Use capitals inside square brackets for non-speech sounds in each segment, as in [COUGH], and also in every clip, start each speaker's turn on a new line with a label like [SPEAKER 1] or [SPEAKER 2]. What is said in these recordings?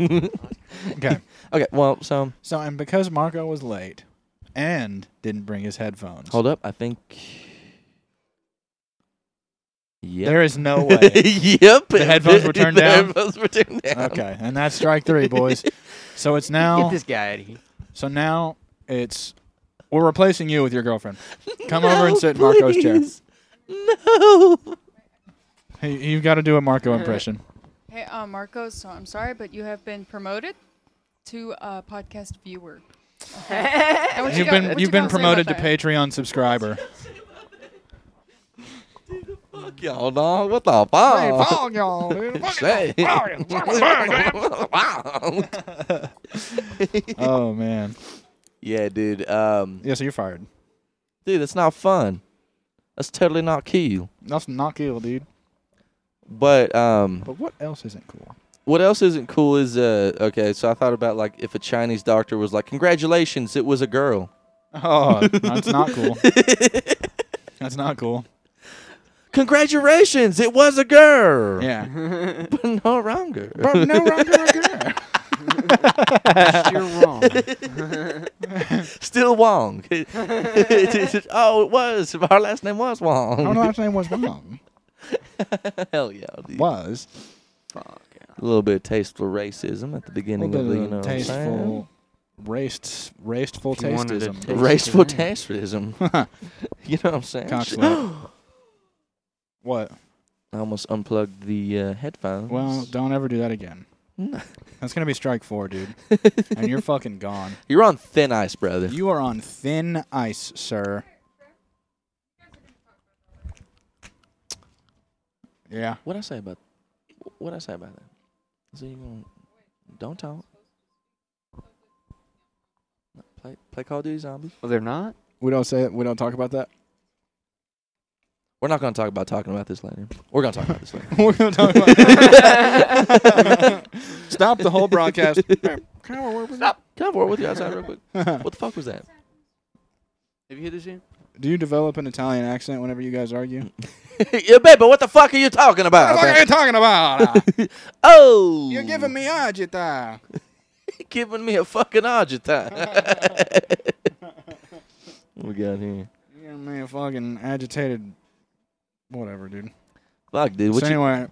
[SPEAKER 1] okay.
[SPEAKER 2] [LAUGHS] Okay, well, so
[SPEAKER 1] So and because Marco was late and didn't bring his headphones,
[SPEAKER 2] hold up. I think. Yep.
[SPEAKER 1] there is
[SPEAKER 2] [LAUGHS]
[SPEAKER 1] no way.
[SPEAKER 2] yep.
[SPEAKER 1] The headphones were
[SPEAKER 2] [LAUGHS]
[SPEAKER 1] turned
[SPEAKER 2] the
[SPEAKER 1] down?
[SPEAKER 2] headphones were turned down. [LAUGHS]
[SPEAKER 1] okay, and that's strike three, boys. So it's
[SPEAKER 3] Get
[SPEAKER 1] now.
[SPEAKER 3] this guy out of here.
[SPEAKER 1] So now it's we're replacing you with your girlfriend. Come over and sit in Marco's chair.
[SPEAKER 2] please. No.
[SPEAKER 1] Hey, you've got to do a
[SPEAKER 4] [LAUGHS]
[SPEAKER 1] Marco impression.
[SPEAKER 4] Hey, uh, Marcos, so I'm sorry, but you have been promoted to uh, podcast viewer. Okay. And what you
[SPEAKER 1] You've
[SPEAKER 4] got-
[SPEAKER 1] been
[SPEAKER 4] what you
[SPEAKER 1] you've been
[SPEAKER 4] gotta say
[SPEAKER 1] promoted to
[SPEAKER 4] about that?
[SPEAKER 1] Patreon
[SPEAKER 4] [LAUGHS]
[SPEAKER 1] subscriber.
[SPEAKER 2] Fuck y'all, dog. What the fuck? Say.
[SPEAKER 1] Oh man.
[SPEAKER 2] [LAUGHS] yeah, dude. Um,
[SPEAKER 1] Yeah, so you're fired.
[SPEAKER 2] dude, that's not fun. That's totally not cool.
[SPEAKER 1] That's not cool, dude.
[SPEAKER 2] But um,
[SPEAKER 1] But what else isn't cool?
[SPEAKER 2] what else isn't cool is uh, okay. So I thought about like if a Chinese doctor was like, "Congratulations, it was a girl."
[SPEAKER 1] Oh, [LAUGHS] that's not cool. That's not cool.
[SPEAKER 2] Congratulations, it was a girl.
[SPEAKER 1] Yeah.
[SPEAKER 4] [LAUGHS]
[SPEAKER 2] but [LAUGHS] no wronger.
[SPEAKER 1] But no wrong girl.
[SPEAKER 3] You're wrong.
[SPEAKER 2] Still Wong. [LAUGHS] oh, it was. Our last name was Wong.
[SPEAKER 1] Our last name was wrong.
[SPEAKER 2] [LAUGHS] Hell yeah. dude.
[SPEAKER 1] Was
[SPEAKER 3] Fuck. yeah.
[SPEAKER 2] A little bit of tasteful racism at the
[SPEAKER 1] a
[SPEAKER 2] beginning
[SPEAKER 1] little
[SPEAKER 2] of the, you
[SPEAKER 1] bit
[SPEAKER 2] know,
[SPEAKER 1] of
[SPEAKER 2] what I'm saying?
[SPEAKER 1] tasteful, raced, raceful
[SPEAKER 3] If you wanted to
[SPEAKER 1] tasteism.
[SPEAKER 3] taste-
[SPEAKER 2] Raceful
[SPEAKER 1] [LAUGHS]
[SPEAKER 2] tastefism. [LAUGHS] you know what I'm saying?
[SPEAKER 1] Cock
[SPEAKER 2] Shit.
[SPEAKER 1] slap. What?
[SPEAKER 2] [GASPS] I almost unplugged the uh, headphones.
[SPEAKER 1] Well, don't ever do
[SPEAKER 2] [LAUGHS]
[SPEAKER 1] that again.
[SPEAKER 2] No.
[SPEAKER 1] That's gonna be strike four, dude.
[SPEAKER 2] [LAUGHS]
[SPEAKER 1] and you're fucking gone.
[SPEAKER 2] You're on thin ice, brother.
[SPEAKER 1] You are on thin ice, sir. Yeah.
[SPEAKER 2] What I say about what I say about that? So you gonna don't talk. No, Play play Call of Duty Zombies.
[SPEAKER 3] Well, they're not.
[SPEAKER 1] We don't say it. We don't talk about that.
[SPEAKER 2] We're not gonna talk about talking about this later. We're gonna talk about [LAUGHS]
[SPEAKER 1] [LAUGHS]
[SPEAKER 2] this later.
[SPEAKER 1] We're gonna talk about that. Stop the
[SPEAKER 2] [LAUGHS]
[SPEAKER 1] whole broadcast. [LAUGHS]
[SPEAKER 2] Stop. Can I have a word with you outside real quick? What the fuck was that?
[SPEAKER 3] Have you heard this yet?
[SPEAKER 1] Do you develop an Italian accent whenever you guys argue?
[SPEAKER 2] [LAUGHS] yeah, baby, what the fuck are you talking about?
[SPEAKER 1] talking [LAUGHS] about?
[SPEAKER 2] [LAUGHS] Oh,
[SPEAKER 1] me agita.
[SPEAKER 2] giving me a fucking agita.
[SPEAKER 1] [LAUGHS]
[SPEAKER 2] what we got here?
[SPEAKER 1] You're giving me a fucking agitated. Whatever, dude.
[SPEAKER 2] Fuck, dude. What
[SPEAKER 1] so
[SPEAKER 2] you-
[SPEAKER 1] anyway,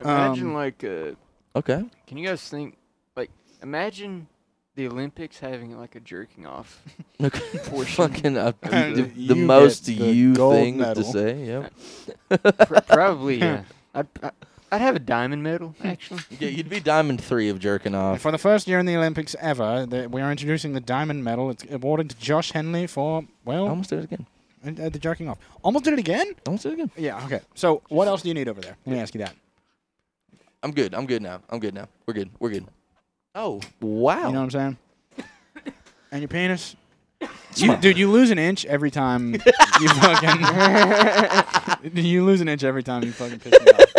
[SPEAKER 3] Imagine
[SPEAKER 1] Um,
[SPEAKER 3] like, uh,
[SPEAKER 2] okay.
[SPEAKER 3] can you guys think like, imagine the Olympics having like a jerking off
[SPEAKER 1] [LAUGHS]
[SPEAKER 2] [LAUGHS] Okay.
[SPEAKER 3] portion,
[SPEAKER 2] Fucking uh,
[SPEAKER 1] And
[SPEAKER 2] the, the
[SPEAKER 1] [LAUGHS] you
[SPEAKER 2] most
[SPEAKER 1] get the
[SPEAKER 2] you
[SPEAKER 1] gold
[SPEAKER 2] things
[SPEAKER 1] medal.
[SPEAKER 2] to say. Yep.
[SPEAKER 3] [LAUGHS] Pr- probably. Yeah. Hmm. I'd, I- I'd have a diamond medal actually.
[SPEAKER 2] [LAUGHS] Yeah, you'd be diamond three of jerking off.
[SPEAKER 1] for the first year in the Olympics ever, the, we are introducing the diamond medal. It's awarded to Josh Henley for
[SPEAKER 2] I
[SPEAKER 1] well,
[SPEAKER 2] almost did it again.
[SPEAKER 1] uh, uh, the jerking off. Almost did it again.
[SPEAKER 2] I almost did it again.
[SPEAKER 1] Yeah. Okay. So what else do you need over there? Let me ask you that.
[SPEAKER 2] I'm good. I'm good now. I'm good now. We're good. We're good. Oh wow.
[SPEAKER 1] You know what I'm [LAUGHS] saying? and your penis. You, dude, you lose an inch every [LAUGHS] time you fucking. [LAUGHS] you lose an inch every time you fucking piss [LAUGHS] me off.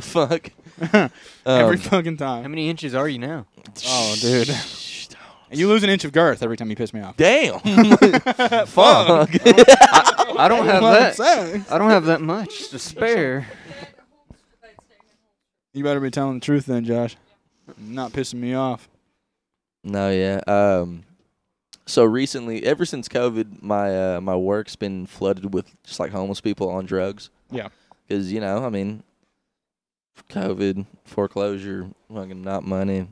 [SPEAKER 2] [LAUGHS] fuck.
[SPEAKER 1] [LAUGHS] every
[SPEAKER 2] Um,
[SPEAKER 1] fucking
[SPEAKER 3] How
[SPEAKER 1] time.
[SPEAKER 3] many inches are you now?
[SPEAKER 1] [LAUGHS] Oh,
[SPEAKER 2] [LAUGHS]
[SPEAKER 1] dude. You lose an inch of girth every time you piss me off.
[SPEAKER 2] Damn. [LAUGHS]
[SPEAKER 1] [LAUGHS]
[SPEAKER 2] fuck.
[SPEAKER 3] [LAUGHS] I don't have
[SPEAKER 1] Well,
[SPEAKER 3] that.
[SPEAKER 1] so-
[SPEAKER 3] I don't have that much to spare.
[SPEAKER 1] You better be telling the truth then, Josh. Not pissing me off.
[SPEAKER 2] no, yeah. Um. So recently, ever since COVID, my uh, my work's been flooded with just like homeless people on drugs.
[SPEAKER 1] Yeah.
[SPEAKER 2] Because you know, I mean, COVID, foreclosure, fucking not money,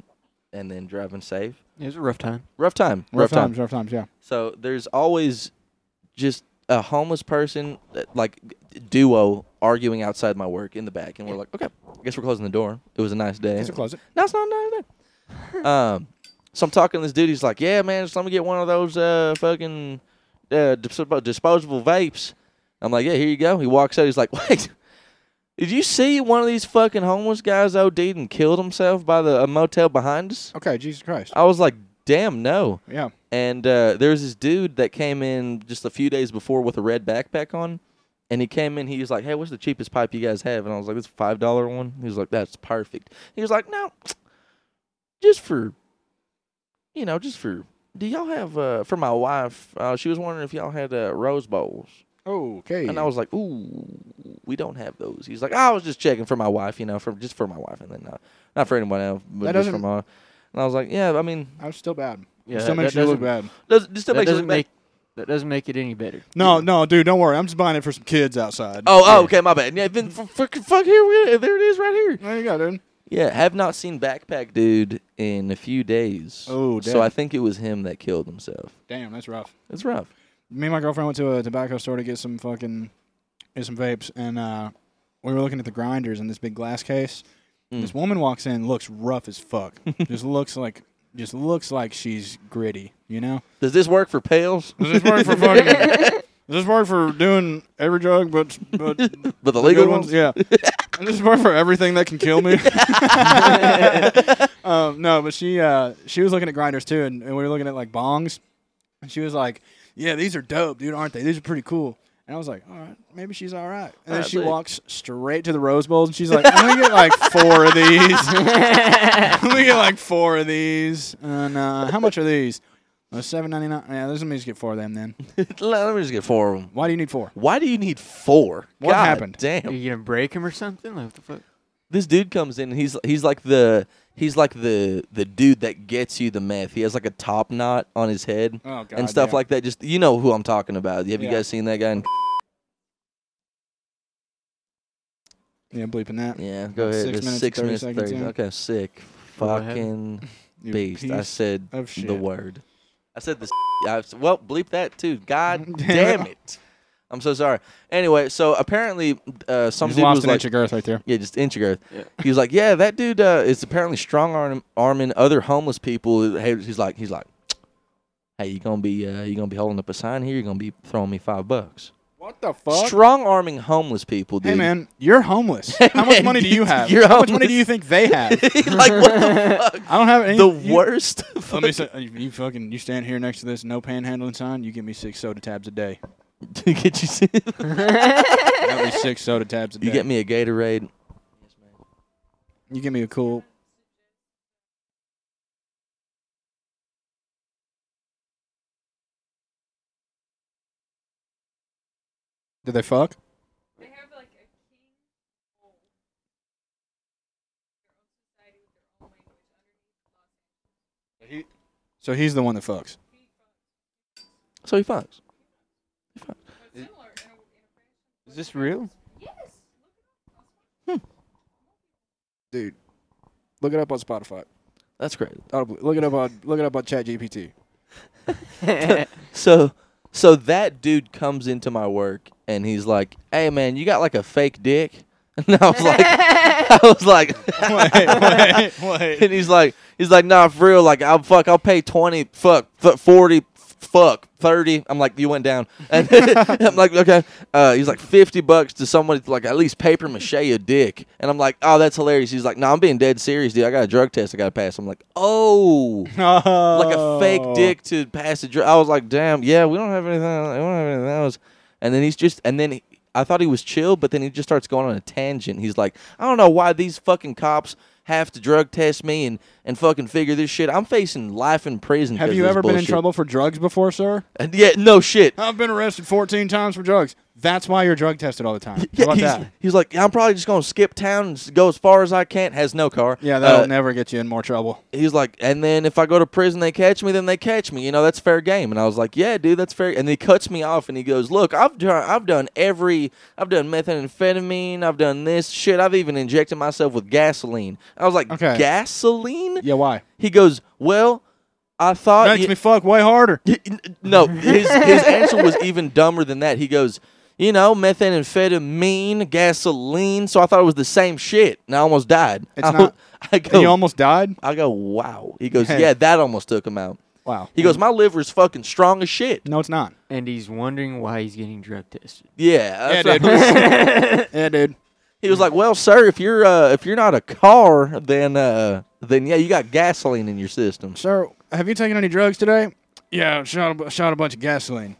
[SPEAKER 2] and then driving safe.
[SPEAKER 3] It was a rough time.
[SPEAKER 2] Rough time.
[SPEAKER 1] Rough, times, rough times, yeah.
[SPEAKER 2] So there's always just a homeless person, uh, like duo, arguing outside my work in the back, and we're like, okay, I guess we're closing the door. It was a nice day.
[SPEAKER 1] Just close it.
[SPEAKER 2] No, it's not a nice day. um, so I'm talking to this dude. He's like, yeah, man, just let me get one of those uh fucking uh, dis- disposable vapes. I'm like, yeah, here you go. He walks out. He's like, [LAUGHS] wait. Did you see one of these fucking homeless guys OD'd and killed himself by the a motel behind us?
[SPEAKER 1] Okay, Jesus Christ.
[SPEAKER 2] I was like, damn, no.
[SPEAKER 1] Yeah.
[SPEAKER 2] And uh, there was this dude that came in just a few days before with a red backpack on. And he came in, he was like, Hey, what's the cheapest pipe you guys have? And I was like, This five dollar one. He was like, That's perfect. He was like, No, just for you know, just for do y'all have uh for my wife, uh, she was wondering if y'all had uh, rose bowls.
[SPEAKER 1] Okay.
[SPEAKER 2] And I was like, "Ooh, we don't have those." He's like, "I was just checking for my wife, you know, for just for my wife, and then not, not for anyone else, but
[SPEAKER 1] That
[SPEAKER 2] just for
[SPEAKER 1] doesn't-
[SPEAKER 2] my." And I was like, "Yeah, I mean,
[SPEAKER 1] I was still bad.
[SPEAKER 2] yeah,
[SPEAKER 1] still makes
[SPEAKER 2] that
[SPEAKER 1] you look
[SPEAKER 2] doesn't-
[SPEAKER 1] bad.
[SPEAKER 2] Does, this still
[SPEAKER 3] That
[SPEAKER 2] makes you
[SPEAKER 3] doesn't
[SPEAKER 2] look bad.
[SPEAKER 3] make that doesn't make it any better.
[SPEAKER 1] No, no, dude, don't worry. I'm just buying it for some kids outside.
[SPEAKER 2] Oh, oh, okay, my bad. Yeah, then f- fuck, fuck here, we there it is, right here.
[SPEAKER 1] There you go, dude.
[SPEAKER 2] Yeah, have not seen Backpack Dude in a few days.
[SPEAKER 1] Oh,
[SPEAKER 2] so
[SPEAKER 1] damn.
[SPEAKER 2] I think it was him that killed himself.
[SPEAKER 1] Damn, that's rough.
[SPEAKER 2] It's rough.
[SPEAKER 1] Me and my girlfriend went to a tobacco store to get some fucking get some vapes, and uh, we were looking at the grinders in this big glass case.
[SPEAKER 2] Mm.
[SPEAKER 1] This woman walks in, looks rough as fuck. just looks like just looks like she's gritty, you know.
[SPEAKER 2] Does this work for
[SPEAKER 1] [LAUGHS]
[SPEAKER 2] Pales?
[SPEAKER 1] Does this work for fucking? Does this work for doing every drug, but but the
[SPEAKER 2] But the legal
[SPEAKER 1] good
[SPEAKER 2] ones? [LAUGHS]
[SPEAKER 1] Yeah. Does this work for everything that can kill me? um, no, but she uh, she was looking at grinders too, and, and we were looking at like bongs, and she was like, "Yeah, these are dope, dude, aren't they? These are pretty cool." And I was like, "All right, maybe she's all right." And then
[SPEAKER 2] Alright,
[SPEAKER 1] she
[SPEAKER 2] dude.
[SPEAKER 1] walks straight to the Rose Bowls, and she's like, "I'm gonna get like four of these.
[SPEAKER 2] [LAUGHS]
[SPEAKER 1] [LAUGHS] I'm gonna get like four of these." And uh, how much are these? Uh, Seven ninety nine. Yeah, there's some just get four of them then.
[SPEAKER 2] [LAUGHS] Let me just get four of them.
[SPEAKER 1] Why do you need four?
[SPEAKER 2] Why do you need four?
[SPEAKER 1] What
[SPEAKER 2] God
[SPEAKER 1] happened?
[SPEAKER 3] Are
[SPEAKER 2] Damn.
[SPEAKER 3] you gonna break him or something? Like, what the fuck?
[SPEAKER 2] This dude comes in and he's he's like the he's like the the dude that gets you the meth. He has like a top knot on his head
[SPEAKER 1] Oh god.
[SPEAKER 2] and stuff
[SPEAKER 1] yeah.
[SPEAKER 2] like that. Just you know who I'm talking about. Have you
[SPEAKER 1] Yeah.
[SPEAKER 2] guys seen that guy? In,
[SPEAKER 1] Yeah, bleeping that.
[SPEAKER 2] yeah, go ahead.
[SPEAKER 1] Six
[SPEAKER 2] It's
[SPEAKER 1] minutes,
[SPEAKER 2] six
[SPEAKER 1] 30
[SPEAKER 2] minutes
[SPEAKER 1] seconds
[SPEAKER 2] thirty.
[SPEAKER 1] in.
[SPEAKER 2] Okay, sick.
[SPEAKER 3] Go ahead.
[SPEAKER 2] Fucking
[SPEAKER 1] [LAUGHS] You
[SPEAKER 2] beast. I
[SPEAKER 1] piece
[SPEAKER 2] said
[SPEAKER 1] of shit.
[SPEAKER 2] the word. I said this. I s- well, bleep that too. God
[SPEAKER 1] [LAUGHS] Damn.
[SPEAKER 2] damn it. I'm so sorry. Anyway, so apparently uh, some
[SPEAKER 1] He's
[SPEAKER 2] dude
[SPEAKER 1] lost
[SPEAKER 2] was
[SPEAKER 1] an
[SPEAKER 2] like,
[SPEAKER 1] inch of girth right there.
[SPEAKER 2] Yeah, just inch of girth.
[SPEAKER 3] Yeah.
[SPEAKER 2] He was like, "Yeah, that dude uh, is apparently strong arm arming other homeless people." Hey, he's like, he's like, "Hey, you gonna be uh, you gonna be holding up a sign here? You gonna be throwing me five bucks?"
[SPEAKER 1] What the fuck?
[SPEAKER 2] Strong arming homeless people, dude.
[SPEAKER 1] Hey man, you're homeless. How much
[SPEAKER 2] man,
[SPEAKER 1] money do you have?
[SPEAKER 2] you're
[SPEAKER 1] How much money
[SPEAKER 2] homeless.
[SPEAKER 1] do you think
[SPEAKER 2] [LAUGHS]
[SPEAKER 1] they
[SPEAKER 2] [LAUGHS] like
[SPEAKER 1] have?
[SPEAKER 2] what
[SPEAKER 1] [LAUGHS]
[SPEAKER 2] the fuck?
[SPEAKER 1] I don't have any.
[SPEAKER 2] the
[SPEAKER 1] you-
[SPEAKER 2] worst. [LAUGHS]
[SPEAKER 1] Let me say, uh, you you fucking you stand here next to this no panhandling sign. You give me six soda tabs a day.
[SPEAKER 2] to get you,
[SPEAKER 1] [LAUGHS]
[SPEAKER 2] you
[SPEAKER 1] That'll be six soda tabs a day.
[SPEAKER 2] get me a Gatorade.
[SPEAKER 1] You give me a cool. Did they fuck? So he's the one that fucks.
[SPEAKER 2] So he fucks.
[SPEAKER 3] Is this real?
[SPEAKER 1] Dude, look it up on Spotify.
[SPEAKER 2] That's great.
[SPEAKER 1] Audible. Look it up on look it up on [LAUGHS] ChatGPT.
[SPEAKER 2] So, so that dude comes into my work and he's like, "Hey, man, you got like a fake dick." [LAUGHS] And I was like, I was like. [LAUGHS]
[SPEAKER 1] wait, wait,
[SPEAKER 2] and he's [LAUGHS] like, he's like, nah, for real, like, I'll fuck, I'll pay twenty, fuck, f- forty, f- fuck, thirty. I'm like, you went down, [LAUGHS] and I'm like, okay. Uh, he's like, fifty bucks to someone to, like at least paper mache a dick, and I'm like, oh, that's hilarious. He's like, no, I'm being dead serious, dude. I got a drug test, I got to pass. I'm like, oh. Like a fake
[SPEAKER 1] Oh.
[SPEAKER 2] dick to pass a drug. I was like, damn, yeah, we don't have anything. We don't have anything else. And then he's just, and then he, I thought he was chill, but then he just starts going on a tangent. He's like, I don't know why these fucking cops have to drug test me and and fucking figure this shit. I'm facing life in prison.
[SPEAKER 1] Have
[SPEAKER 2] 'cause
[SPEAKER 1] you
[SPEAKER 2] of this
[SPEAKER 1] ever been in
[SPEAKER 2] bullshit."
[SPEAKER 1] trouble for drugs before, sir?
[SPEAKER 2] And yeah, no shit.
[SPEAKER 1] I've been arrested 14 times for drugs. That's why you're drug tested all the time. How
[SPEAKER 2] [LAUGHS] Yeah,
[SPEAKER 1] about
[SPEAKER 2] he's,
[SPEAKER 1] that?
[SPEAKER 2] he's like, I'm probably just gonna skip town and s- go as far as I can. Has no car.
[SPEAKER 1] Yeah, that'll
[SPEAKER 2] Uh,
[SPEAKER 1] never get you in more trouble.
[SPEAKER 2] he's like, and then if I go to prison, they catch me, then they catch me. You know, that's fair game. And I was like, yeah, dude, that's fair. And he cuts me off and he goes, look, I've done, I've done every, I've done methamphetamine, I've done this shit. I've even injected myself with gasoline. I was like,
[SPEAKER 1] Okay.
[SPEAKER 2] gasoline?
[SPEAKER 1] [LAUGHS] Yeah, why?
[SPEAKER 2] He goes, well, I thought.
[SPEAKER 1] Makes
[SPEAKER 2] you-
[SPEAKER 1] me fuck way harder.
[SPEAKER 2] no, his, his answer was even dumber than that. He goes, you know, methamphetamine, gasoline. So I thought it was the same shit, and I almost died.
[SPEAKER 1] It's
[SPEAKER 2] I,
[SPEAKER 1] not.
[SPEAKER 2] I
[SPEAKER 1] And
[SPEAKER 2] go,
[SPEAKER 1] you almost died?
[SPEAKER 2] I go, wow. He goes,
[SPEAKER 1] Hey.
[SPEAKER 2] yeah, that almost took him out.
[SPEAKER 1] Wow.
[SPEAKER 2] He goes, my liver is fucking strong as shit.
[SPEAKER 1] No, it's not.
[SPEAKER 3] And he's wondering why he's getting drug tested.
[SPEAKER 2] Yeah, that's
[SPEAKER 1] yeah,
[SPEAKER 2] right.
[SPEAKER 1] dude.
[SPEAKER 2] [LAUGHS]
[SPEAKER 1] yeah, [LAUGHS] dude.
[SPEAKER 2] He was like, well, sir, if you're uh, if you're not a car, then uh, then yeah, you got gasoline in your
[SPEAKER 1] [LAUGHS]
[SPEAKER 2] system.
[SPEAKER 1] Sir, have you taken any drugs today? Yeah, shot a, bu- shot a bunch of gasoline.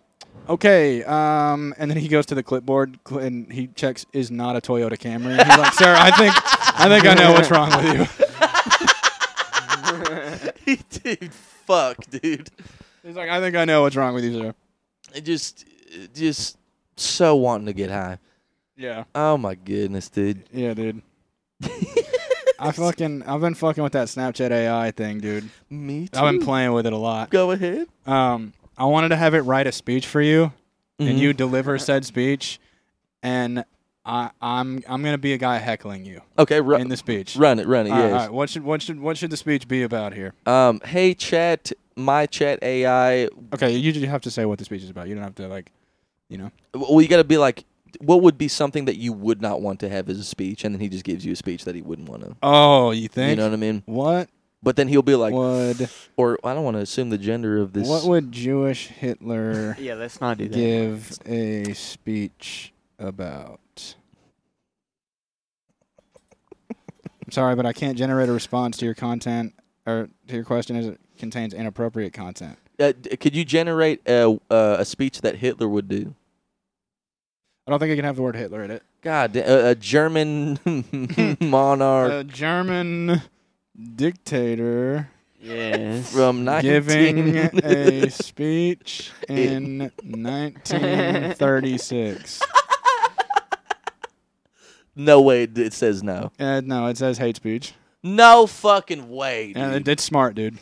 [SPEAKER 1] Okay, um, and then he goes to the clipboard cl- and he checks is not a Toyota Camry. And he's like, "Sir, I think I think I know what's wrong with you." [LAUGHS]
[SPEAKER 2] dude, fuck, dude.
[SPEAKER 1] He's like, "I think I know what's wrong with you, sir."
[SPEAKER 2] It just, it just so wanting to get high.
[SPEAKER 1] Yeah.
[SPEAKER 2] Oh my goodness, dude.
[SPEAKER 1] Yeah, [LAUGHS] dude. I fucking I've been fucking with that Snapchat AI thing, dude.
[SPEAKER 2] Me too.
[SPEAKER 1] I've been playing with it a lot.
[SPEAKER 2] Go ahead.
[SPEAKER 1] Um, I wanted to have it write a speech for you,
[SPEAKER 2] Mhm.
[SPEAKER 1] and you deliver said speech, and I I'm I'm gonna be a guy heckling you
[SPEAKER 2] Okay, ru-
[SPEAKER 1] in the speech.
[SPEAKER 2] run it, run it.
[SPEAKER 1] All right, all
[SPEAKER 2] yes.
[SPEAKER 1] right, what should what should what should the speech be about here?
[SPEAKER 2] Um, hey, chat. My chat AI.
[SPEAKER 1] Okay, you just have to say what the speech is about. You don't have to like, you know.
[SPEAKER 2] Well, you got to be like, what would be something that you would not want to have as a speech, and then he just gives you a speech that he wouldn't want to.
[SPEAKER 1] Oh, you think?
[SPEAKER 2] You know what I mean?
[SPEAKER 1] what
[SPEAKER 2] But then he'll be like,
[SPEAKER 1] would
[SPEAKER 2] or I don't want to assume the gender of this.
[SPEAKER 1] what would Jewish Hitler
[SPEAKER 3] Yeah, let's not do that.
[SPEAKER 1] give a speech about? I'm sorry, but I can't generate a response to your content or to your question as it contains inappropriate content.
[SPEAKER 2] Uh, d- could you generate a uh, a speech that Hitler would do?
[SPEAKER 1] I don't think I can have the word Hitler in it.
[SPEAKER 2] God, da- a, a German [LAUGHS] monarch
[SPEAKER 1] [LAUGHS] A German dictator
[SPEAKER 3] Yes.
[SPEAKER 2] from 19.
[SPEAKER 1] Uh, giving
[SPEAKER 2] [LAUGHS]
[SPEAKER 1] a speech in 1936.
[SPEAKER 2] no way, it it says no.
[SPEAKER 1] Uh, no, it says hate speech.
[SPEAKER 2] No fucking way.
[SPEAKER 1] And
[SPEAKER 2] dude.
[SPEAKER 1] it, it's smart, dude.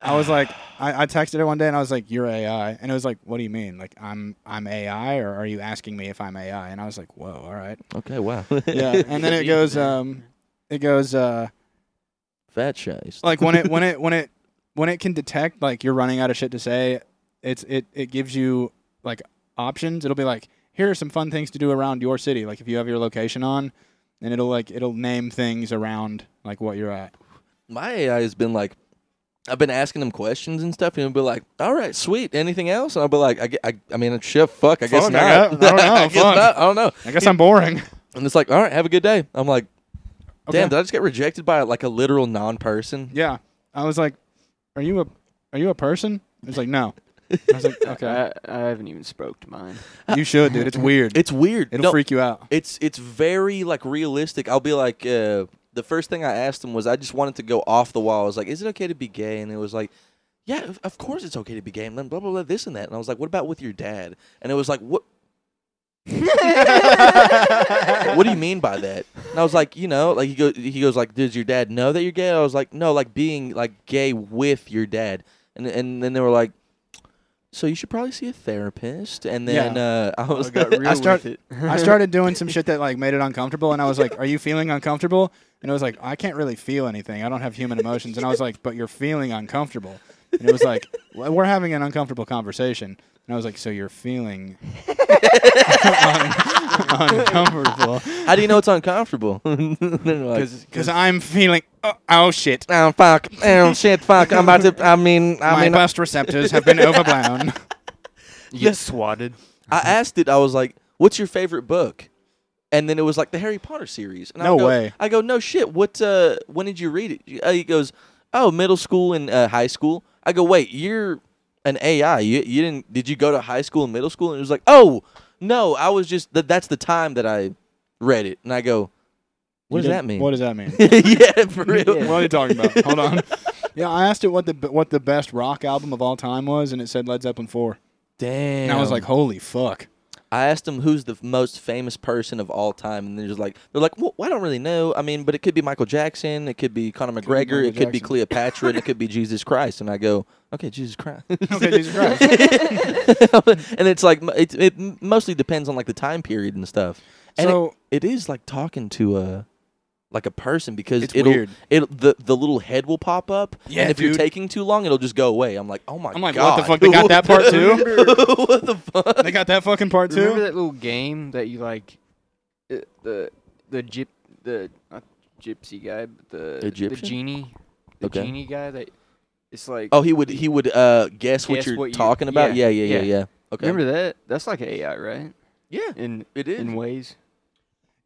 [SPEAKER 1] I was [SIGHS] like, I, I texted it one day and I was like, "You're AI," and it was like, "What do you mean? Like, I'm I'm AI, or are you asking me if I'm AI?" And I was like, "Whoa, all right,
[SPEAKER 2] Okay, wow.
[SPEAKER 1] yeah." [LAUGHS] And then it goes, um, it goes, uh,
[SPEAKER 2] [LAUGHS] Fat chase.
[SPEAKER 1] [LAUGHS] like when it when it when it when it can detect like you're running out of shit to say, it's it it gives you like options. It'll be like, "Here are some fun things to do around your city." Like if you have your location on, and it'll like it'll name things around like what you're at.
[SPEAKER 2] My AI has been like, I've been asking him questions and stuff, and he'll be like, "All right, sweet. Anything else?" And I'll be like, "I, gue- I, I mean, shit, fuck. I guess
[SPEAKER 1] Fuck,
[SPEAKER 2] not.
[SPEAKER 1] I gu- I don't know,
[SPEAKER 2] guess
[SPEAKER 1] fuck.
[SPEAKER 2] not. [LAUGHS] I don't know."
[SPEAKER 1] I guess [LAUGHS] I'm boring.
[SPEAKER 2] And it's like, "All right, have a good day." I'm like,
[SPEAKER 1] Okay.
[SPEAKER 2] "Damn, did I just get rejected by like a literal non-person?"
[SPEAKER 1] Yeah. I was like, "Are you a are you a person?" It's like, "No." I was
[SPEAKER 2] [LAUGHS]
[SPEAKER 1] like, "Okay,
[SPEAKER 3] I, I haven't even spoke to
[SPEAKER 1] [LAUGHS]
[SPEAKER 3] mine.
[SPEAKER 1] you should, dude. It's weird.
[SPEAKER 2] It's weird.
[SPEAKER 1] It'll
[SPEAKER 2] No,
[SPEAKER 1] freak you out."
[SPEAKER 2] It's it's very like realistic. I'll be like, uh, the first thing I asked him was, I just wanted to go off the wall. I was like, "Is it okay to be gay?" And it was like. Yeah, of- of course it's okay to be gay, and then blah blah blah, this and that. And I was like, "What about with your dad?" And it was like, "What? what do you mean by that? And I was like, you know, like he goes, he goes like, does your dad know that you're gay? I was like, no, like being like gay with your dad. And and then they were like, so you should probably see a therapist. And then uh, [LAUGHS] I was,
[SPEAKER 3] I got real
[SPEAKER 1] I start-
[SPEAKER 3] with it.
[SPEAKER 1] I [LAUGHS] started doing some shit that like made it uncomfortable, and I was like, "Are you feeling uncomfortable?" And it was like, "I can't really feel anything. I don't have human emotions." And I was like, "But you're feeling uncomfortable." And it was like, "Well, "We're having an uncomfortable conversation." And I was like, "So you're feeling [LAUGHS] un- uncomfortable
[SPEAKER 2] how do you know it's [LAUGHS] uncomfortable? Because
[SPEAKER 1] because I'm feeling oh, oh shit."
[SPEAKER 2] oh fuck, oh shit, fuck. I'm about to. I mean, I
[SPEAKER 1] My
[SPEAKER 2] mean,
[SPEAKER 1] bust receptors have been overblown.
[SPEAKER 3] you get swatted.
[SPEAKER 2] I
[SPEAKER 1] Mm-hmm.
[SPEAKER 2] asked it. I was like, "What's your favorite book?" And then it was like the Harry Potter series. And I
[SPEAKER 1] No
[SPEAKER 2] go,
[SPEAKER 1] way.
[SPEAKER 2] I go, "No shit. What? Uh, when did you read it?" You- Uh, he goes, "Oh, middle school and uh, high school." I go, "Wait, you're an AI. You, you didn't? Did you go to high school and middle school?" And it was like, "Oh, no. I was just that. That's the time that I read it." And I go, "What
[SPEAKER 1] You
[SPEAKER 2] does
[SPEAKER 1] did-
[SPEAKER 2] that mean?"
[SPEAKER 1] What does that mean?
[SPEAKER 2] [LAUGHS] yeah, for real.
[SPEAKER 1] what are you talking about?
[SPEAKER 2] [LAUGHS]
[SPEAKER 1] Hold on. Yeah, I asked it what the what the best rock album of all time was, and it said Led Zeppelin four.
[SPEAKER 2] Damn.
[SPEAKER 1] And I was like, holy fuck.
[SPEAKER 2] I asked him who's the f- most famous person of all time, and they're just like, they're like, well, I don't really know. I mean, but it could be Michael Jackson, it could be Conor
[SPEAKER 1] be
[SPEAKER 2] McGregor,
[SPEAKER 1] Michael
[SPEAKER 2] it could be
[SPEAKER 1] Jackson.
[SPEAKER 2] Cleopatra, and it
[SPEAKER 1] [LAUGHS]
[SPEAKER 2] could be Jesus Christ. And I go, [LAUGHS] okay, Jesus Christ. [LAUGHS]
[SPEAKER 1] Okay, Jesus Christ.
[SPEAKER 2] and it's like m- it, it m- mostly depends on like the time period and stuff. And it-
[SPEAKER 1] so
[SPEAKER 2] it is like talking to a like a person because
[SPEAKER 1] It's
[SPEAKER 2] it'll
[SPEAKER 1] weird.
[SPEAKER 2] it'll the the little head will pop up.
[SPEAKER 1] Yeah,
[SPEAKER 2] and if you're
[SPEAKER 1] dude.
[SPEAKER 2] taking too long, it'll just go away. I'm like, oh my
[SPEAKER 1] I'm like,
[SPEAKER 2] god,
[SPEAKER 1] what the fuck? They got that part
[SPEAKER 2] [LAUGHS]
[SPEAKER 1] too?
[SPEAKER 2] what the fuck?
[SPEAKER 1] They got that fucking part
[SPEAKER 3] Remember
[SPEAKER 1] too?
[SPEAKER 3] that little game that you like, it, the the gyp the not gypsy guy, but the
[SPEAKER 2] Egyptian?
[SPEAKER 3] the genie, the
[SPEAKER 2] Okay.
[SPEAKER 3] genie guy that it's like.
[SPEAKER 2] Oh, he would he would uh guess, what
[SPEAKER 3] Guess
[SPEAKER 2] you're
[SPEAKER 3] what you-
[SPEAKER 2] talking about. Yeah,
[SPEAKER 3] yeah,
[SPEAKER 2] yeah, yeah, yeah.
[SPEAKER 3] yeah.
[SPEAKER 2] Okay.
[SPEAKER 3] remember that? That's like AI, right?
[SPEAKER 2] Yeah,
[SPEAKER 3] In
[SPEAKER 2] it is.
[SPEAKER 3] in ways.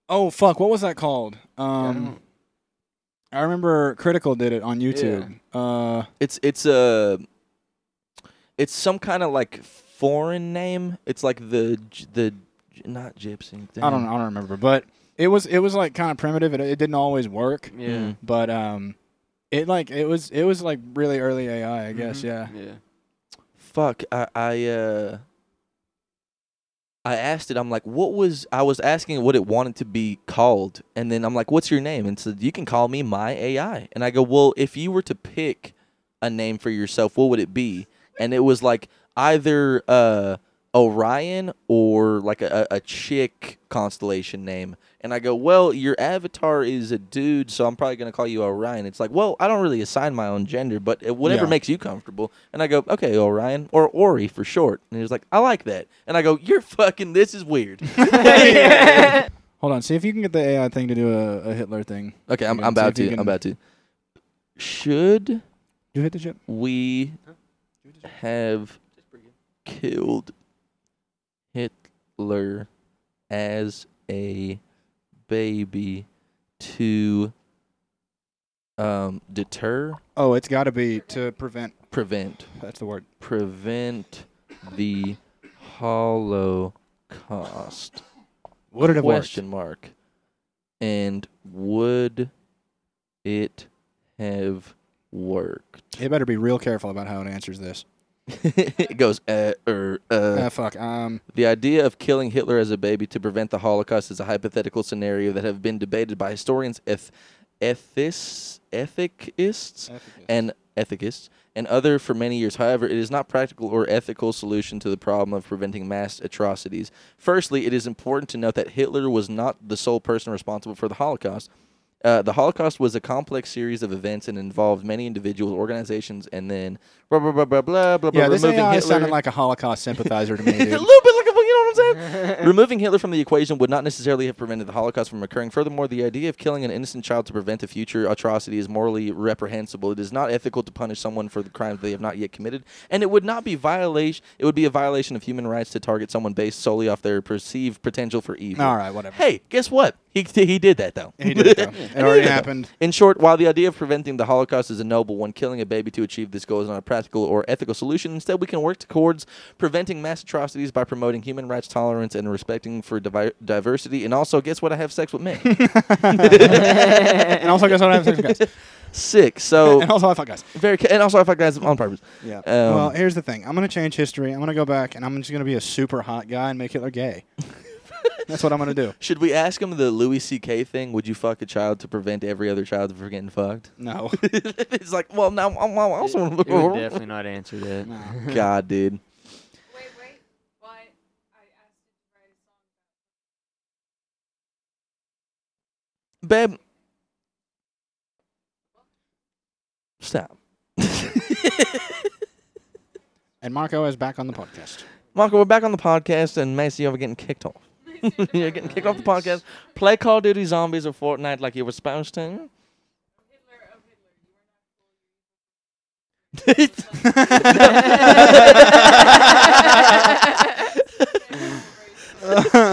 [SPEAKER 1] Oh fuck, what was that called?
[SPEAKER 3] I
[SPEAKER 1] Um
[SPEAKER 3] don't-
[SPEAKER 1] I remember Critical did it on YouTube. Uh
[SPEAKER 2] it's it's a it's some kind of like foreign name. It's like the gy- the gy- not gypsy.
[SPEAKER 1] I don't know, I don't remember, but it was it was like kind of primitive. It, it didn't always work,
[SPEAKER 3] yeah.
[SPEAKER 2] Mm.
[SPEAKER 1] but um it like it was it was like really early AI, I
[SPEAKER 3] Mm-hmm.
[SPEAKER 1] guess,
[SPEAKER 3] Mhm.
[SPEAKER 1] yeah.
[SPEAKER 3] Yeah.
[SPEAKER 2] Fuck, I I uh I asked it. I'm like, what was I was asking it what it wanted to be called, and then I'm like, what's your name? And it said, you can call me my AI. And I go, well, if you were to pick a name for yourself, what would it be? And it was like either uh, Orion or like a, a a chick constellation name. And I go, well, your avatar is a dude, so I'm probably gonna call you Orion. It's like, well, I don't really assign my own gender, but it- whatever
[SPEAKER 1] Yeah.
[SPEAKER 2] makes you comfortable. And I go, okay, Orion or Ori for short. And he was like, I like that. And I go, you're [LAUGHS] fucking. This is [LAUGHS] weird.
[SPEAKER 1] Hold on, see if you can get the AI thing to do a, a Hitler thing.
[SPEAKER 2] okay, I'm,
[SPEAKER 1] You
[SPEAKER 2] I'm
[SPEAKER 1] can see
[SPEAKER 2] about
[SPEAKER 1] if you
[SPEAKER 2] to. I'm
[SPEAKER 1] can-
[SPEAKER 2] about to. Should
[SPEAKER 1] You hit the chip.
[SPEAKER 2] we have killed Hitler as a baby to um, deter,
[SPEAKER 1] Oh, it's got to be to prevent.
[SPEAKER 2] prevent,
[SPEAKER 1] That's the word.
[SPEAKER 2] prevent the Holocaust?
[SPEAKER 1] Would it have
[SPEAKER 2] question mark and would it have worked [LAUGHS]
[SPEAKER 1] worked? It better be real careful about how it answers this.
[SPEAKER 2] it goes uh, er, uh.
[SPEAKER 1] Ah, fuck. Um,
[SPEAKER 2] the idea of killing hitler as a baby to prevent the holocaust is a hypothetical scenario that have been debated by historians eth- ethis, ethicists and ethicists and other for many years. However, it is not practical or ethical solution to the problem of preventing mass atrocities. Firstly, it is important to note that Hitler was not the sole person responsible for the Holocaust. Uh, the Holocaust was a complex series of events and involved many individuals, organizations, and then blah blah blah blah blah blah.
[SPEAKER 1] yeah,
[SPEAKER 2] blah,
[SPEAKER 1] this
[SPEAKER 2] removing
[SPEAKER 1] AI
[SPEAKER 2] Hitler.
[SPEAKER 1] sounded like a Holocaust sympathizer
[SPEAKER 2] [LAUGHS]
[SPEAKER 1] to me,
[SPEAKER 2] a
[SPEAKER 1] dude.
[SPEAKER 2] little bit like a fucking, you know what I'm
[SPEAKER 1] [LAUGHS]
[SPEAKER 2] saying? Removing Hitler from the equation would not necessarily have prevented the Holocaust from occurring. Furthermore, the idea of killing an innocent child to prevent a future atrocity is morally reprehensible. It is not ethical to punish someone for the crimes they have not yet committed, and it would not be violation. It would be a violation of human rights to target someone based solely off their perceived potential for evil.
[SPEAKER 1] All right, whatever.
[SPEAKER 2] Hey, guess what? He he did that though.
[SPEAKER 1] He did
[SPEAKER 2] [LAUGHS]
[SPEAKER 1] it, though. It already happened.
[SPEAKER 2] In short, while the idea of preventing the Holocaust is a noble one, killing a baby to achieve this goal is not a practical or ethical solution. Instead, we can work towards preventing mass atrocities by promoting human rights, tolerance, and respecting for divi- diversity. And also, guess what? I have sex with men.
[SPEAKER 1] [LAUGHS] and also, I guess I don't have sex with guys.
[SPEAKER 2] [LAUGHS] Sick. So
[SPEAKER 1] [LAUGHS] And also, I fuck guys.
[SPEAKER 2] very. Ca- and also, I fuck guys on purpose.
[SPEAKER 1] Yeah.
[SPEAKER 2] Um,
[SPEAKER 1] well, here's the thing. I'm gonna change history. I'm gonna go back, and I'm just gonna be a super hot guy and make Hitler
[SPEAKER 2] [LAUGHS]
[SPEAKER 1] gay. That's what I'm gonna do.
[SPEAKER 2] Should we ask him the Louis C.K. thing? Would you fuck a child to prevent every other child from getting fucked? [LAUGHS]
[SPEAKER 1] No.
[SPEAKER 2] it's like, well, now I I also
[SPEAKER 3] it,
[SPEAKER 2] want [LAUGHS] to.
[SPEAKER 3] it would definitely not answer
[SPEAKER 1] [LAUGHS]
[SPEAKER 3] that.
[SPEAKER 1] no.
[SPEAKER 2] [LAUGHS] God, dude.
[SPEAKER 4] Wait, wait. Why? I asked you to write a song.
[SPEAKER 2] Babe. Stop. [LAUGHS]
[SPEAKER 1] And Marco is back on the podcast.
[SPEAKER 2] Marco, we're back on the podcast, and Macy, you're getting kicked off. you're getting kicked off the podcast. Play Call of Duty Zombies or Fortnite like you were supposed to. [LAUGHS]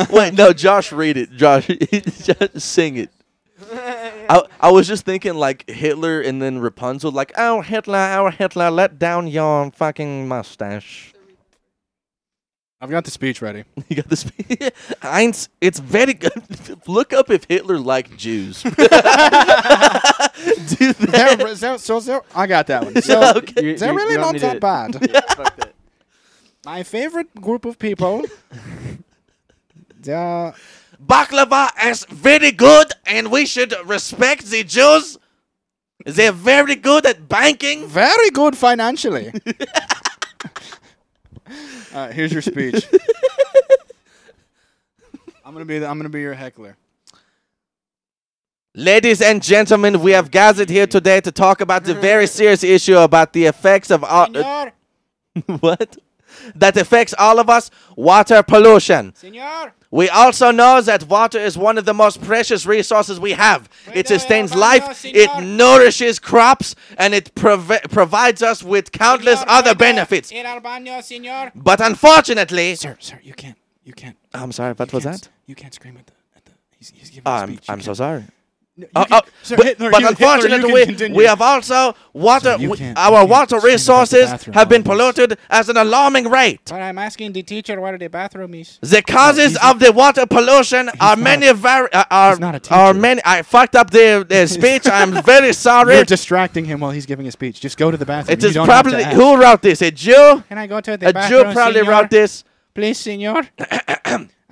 [SPEAKER 2] Wait, no, Josh, read it. Josh, [LAUGHS] just sing it. I, I was just thinking like Hitler and then Rapunzel, like, oh, Hitler, oh, Hitler, let down your fucking mustache.
[SPEAKER 1] I've got the speech
[SPEAKER 2] [LAUGHS]
[SPEAKER 1] ready.
[SPEAKER 2] You got this. [LAUGHS] Heinz, it's very good. [LAUGHS] Look up if Hitler liked Jews. [LAUGHS] Do that.
[SPEAKER 1] There- so- so- so- I got
[SPEAKER 2] [LAUGHS]
[SPEAKER 1] that one. So,
[SPEAKER 2] Okay.
[SPEAKER 3] You-
[SPEAKER 1] they're
[SPEAKER 3] you-
[SPEAKER 1] really
[SPEAKER 3] you
[SPEAKER 1] not
[SPEAKER 3] don't
[SPEAKER 1] that
[SPEAKER 2] [LAUGHS]
[SPEAKER 1] bad.
[SPEAKER 3] need to- Yeah, fuck that.
[SPEAKER 1] My favorite group of people. they're-
[SPEAKER 2] Baklava is very good, and we should respect the Jews. They're very good at banking.
[SPEAKER 1] very good
[SPEAKER 2] [LAUGHS]
[SPEAKER 1] financially. All right, here's your speech. I'm gonna be the, I'm gonna be your heckler.
[SPEAKER 2] Ladies and gentlemen, we have gathered here today to talk about the
[SPEAKER 1] [LAUGHS]
[SPEAKER 2] very serious issue about the effects of all, uh,
[SPEAKER 1] Senor,
[SPEAKER 2] [LAUGHS] what that affects all of us: water pollution.
[SPEAKER 1] senor.
[SPEAKER 2] We also know that water is one of the most precious resources we have. It sustains life, it nourishes crops, and it prov- provides us with countless other benefits. But unfortunately,
[SPEAKER 1] Sir, sir, you can't, you can't.
[SPEAKER 2] I'm sorry, what
[SPEAKER 1] you
[SPEAKER 2] was
[SPEAKER 1] can't
[SPEAKER 2] that?
[SPEAKER 1] s- You can't scream at the. At the he's, he's giving a
[SPEAKER 2] I'm,
[SPEAKER 1] speech. You
[SPEAKER 2] I'm so
[SPEAKER 1] can't-
[SPEAKER 2] sorry.
[SPEAKER 1] No, you
[SPEAKER 2] Oh,
[SPEAKER 1] can't-
[SPEAKER 2] oh,
[SPEAKER 1] sir,
[SPEAKER 2] but,
[SPEAKER 1] Hitler,
[SPEAKER 2] but
[SPEAKER 1] you- Hitler, you
[SPEAKER 2] unfortunately,
[SPEAKER 1] can
[SPEAKER 2] we,
[SPEAKER 1] continue.
[SPEAKER 2] we have also water.
[SPEAKER 1] Sir, you
[SPEAKER 2] we-
[SPEAKER 1] can't- you
[SPEAKER 2] our
[SPEAKER 1] can't
[SPEAKER 2] water
[SPEAKER 1] scream about the
[SPEAKER 2] resources
[SPEAKER 1] bathroom
[SPEAKER 2] have been
[SPEAKER 1] like this.
[SPEAKER 2] polluted at an alarming rate.
[SPEAKER 1] But I'm asking the teacher where the bathroom is.
[SPEAKER 2] The causes of the water pollution are many var- uh, are,
[SPEAKER 1] he's not a teacher.
[SPEAKER 2] are many. I fucked up the,
[SPEAKER 1] [LAUGHS]
[SPEAKER 2] the speech. I'm very sorry.
[SPEAKER 1] You're distracting him while he's giving a speech. Just go to the bathroom.
[SPEAKER 2] It
[SPEAKER 1] You
[SPEAKER 2] is
[SPEAKER 1] don't have to
[SPEAKER 2] probably
[SPEAKER 1] ask.
[SPEAKER 2] who wrote this? A Jew?
[SPEAKER 1] Can I go to the
[SPEAKER 2] A Jew
[SPEAKER 1] bathroom?
[SPEAKER 2] Uh, probably
[SPEAKER 1] senor?
[SPEAKER 2] wrote this. [COUGHS]
[SPEAKER 1] Please, senor.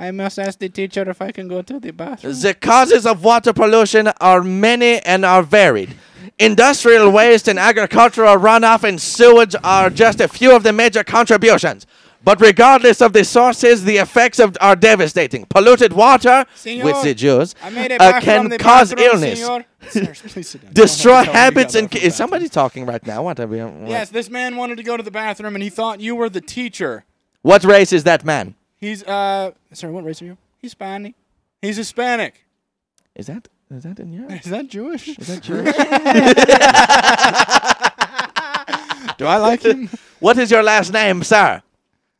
[SPEAKER 1] I must ask the teacher if I can go to the bathroom.
[SPEAKER 2] The causes of water pollution are many and are varied. Industrial waste and agricultural runoff and sewage are just a few of the major contributions. But regardless of the sources, the effects of are devastating. Polluted water, which
[SPEAKER 1] Senor,
[SPEAKER 2] the Jews,
[SPEAKER 1] I made it
[SPEAKER 2] uh,
[SPEAKER 1] back
[SPEAKER 2] can
[SPEAKER 1] from the
[SPEAKER 2] cause
[SPEAKER 1] bathroom,
[SPEAKER 2] illness,
[SPEAKER 1] senor.
[SPEAKER 2] [LAUGHS]
[SPEAKER 1] Sirs, please sit down.
[SPEAKER 2] destroy
[SPEAKER 1] Don't tell me you
[SPEAKER 2] habits,
[SPEAKER 1] got
[SPEAKER 2] and
[SPEAKER 1] that from
[SPEAKER 2] is
[SPEAKER 1] the
[SPEAKER 2] somebody talking right now? What, have we, what,
[SPEAKER 1] bathroom. Yes, this man wanted to go to the bathroom, and he thought you were the teacher.
[SPEAKER 2] what race is that man?
[SPEAKER 1] He's uh, sorry, what race are you? Hispanic. He's Hispanic.
[SPEAKER 2] Is that is that in
[SPEAKER 1] [LAUGHS]
[SPEAKER 2] Europe?
[SPEAKER 1] Is that Jewish?
[SPEAKER 2] Is that Jewish?
[SPEAKER 1] Do I like him?
[SPEAKER 2] [LAUGHS] what is your last name, sir?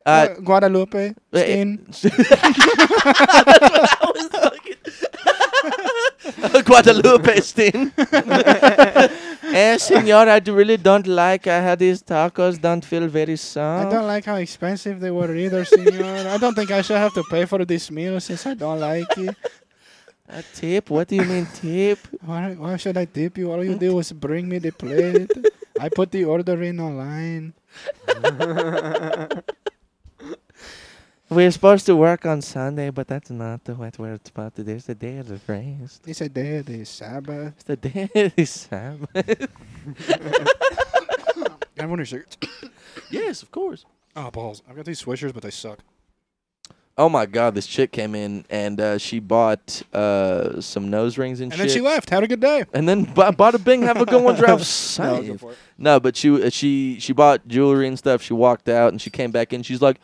[SPEAKER 2] Uh,
[SPEAKER 1] Uh, Guadalupe.
[SPEAKER 2] Wait,
[SPEAKER 1] Steen.
[SPEAKER 2] [LAUGHS] Guadalupe
[SPEAKER 1] [LAUGHS]
[SPEAKER 2] Steen. eh, senor, I do really don't like uh, how these tacos don't feel very soft.
[SPEAKER 1] I don't like how expensive they were either, senor. I don't think I should have to pay for this meal since I don't like it.
[SPEAKER 2] A tip? What do you mean tip?
[SPEAKER 1] Why, why should I tip you? All you do is bring me the plate. I put the order in online.
[SPEAKER 2] [LAUGHS] We're supposed to work on Sunday, but that's not the what we're about to do. It's the day of the rest.
[SPEAKER 1] It's a day, the Sabbath.
[SPEAKER 2] It's the day of the Sabbath.
[SPEAKER 1] I want your cigarettes.
[SPEAKER 2] [COUGHS] yes, of course.
[SPEAKER 1] Oh, balls. I've got these swishers, but they suck.
[SPEAKER 2] Oh my God! This chick came in and uh, she bought uh, some nose rings and,
[SPEAKER 1] And
[SPEAKER 2] shit.
[SPEAKER 1] then she left. Had a good day.
[SPEAKER 2] And then b- bada bing, have a good
[SPEAKER 1] [LAUGHS]
[SPEAKER 2] one, drive
[SPEAKER 1] No,
[SPEAKER 2] safe.
[SPEAKER 1] go
[SPEAKER 2] No,
[SPEAKER 1] for it.
[SPEAKER 2] but she uh, she she bought jewelry and stuff. She walked out and she came back in. She's like,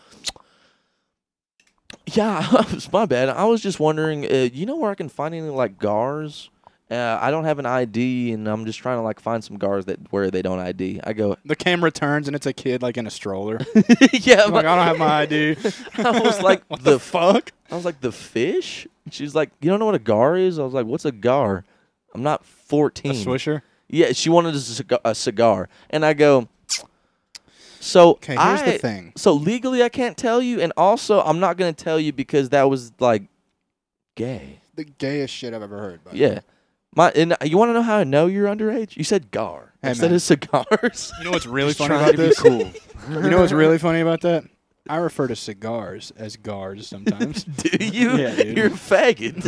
[SPEAKER 2] "Yeah, [LAUGHS] it's my bad. I was just wondering, uh, you know where I can find any like gars? Uh, I don't have an ID, and I'm just trying to like find some gars that where they don't ID." I go, [LAUGHS]
[SPEAKER 1] The camera turns and it's a kid like in a stroller.
[SPEAKER 2] "Yeah,
[SPEAKER 1] I'm like, I don't have Oh my ID.
[SPEAKER 2] I was like,
[SPEAKER 1] [LAUGHS] What
[SPEAKER 2] the,
[SPEAKER 1] the fuck?
[SPEAKER 2] I was like, the fish." She's like, "You don't know what a gar is?" I was like, "What's a gar?" I'm not 14.
[SPEAKER 1] A swisher.
[SPEAKER 2] Yeah, she wanted a cigar, a cigar. and I go. So
[SPEAKER 1] Okay, here's
[SPEAKER 2] I,
[SPEAKER 1] the thing.
[SPEAKER 2] So legally, I can't tell you, and also I'm not gonna tell you because that was like gay.
[SPEAKER 1] The gayest shit I've ever heard. But
[SPEAKER 2] Yeah, my and you want to know how I know you're underage? You said gar
[SPEAKER 1] Hey,
[SPEAKER 2] instead
[SPEAKER 1] man.
[SPEAKER 2] of cigars. [LAUGHS]
[SPEAKER 1] You know what's really
[SPEAKER 3] Just
[SPEAKER 1] funny
[SPEAKER 3] trying
[SPEAKER 1] about
[SPEAKER 3] to be
[SPEAKER 1] this?
[SPEAKER 3] cool.
[SPEAKER 1] [LAUGHS] You know what's really funny about that? I refer to cigars as gars sometimes.
[SPEAKER 2] Do you?
[SPEAKER 1] Yeah, dude.
[SPEAKER 2] you're a faggot.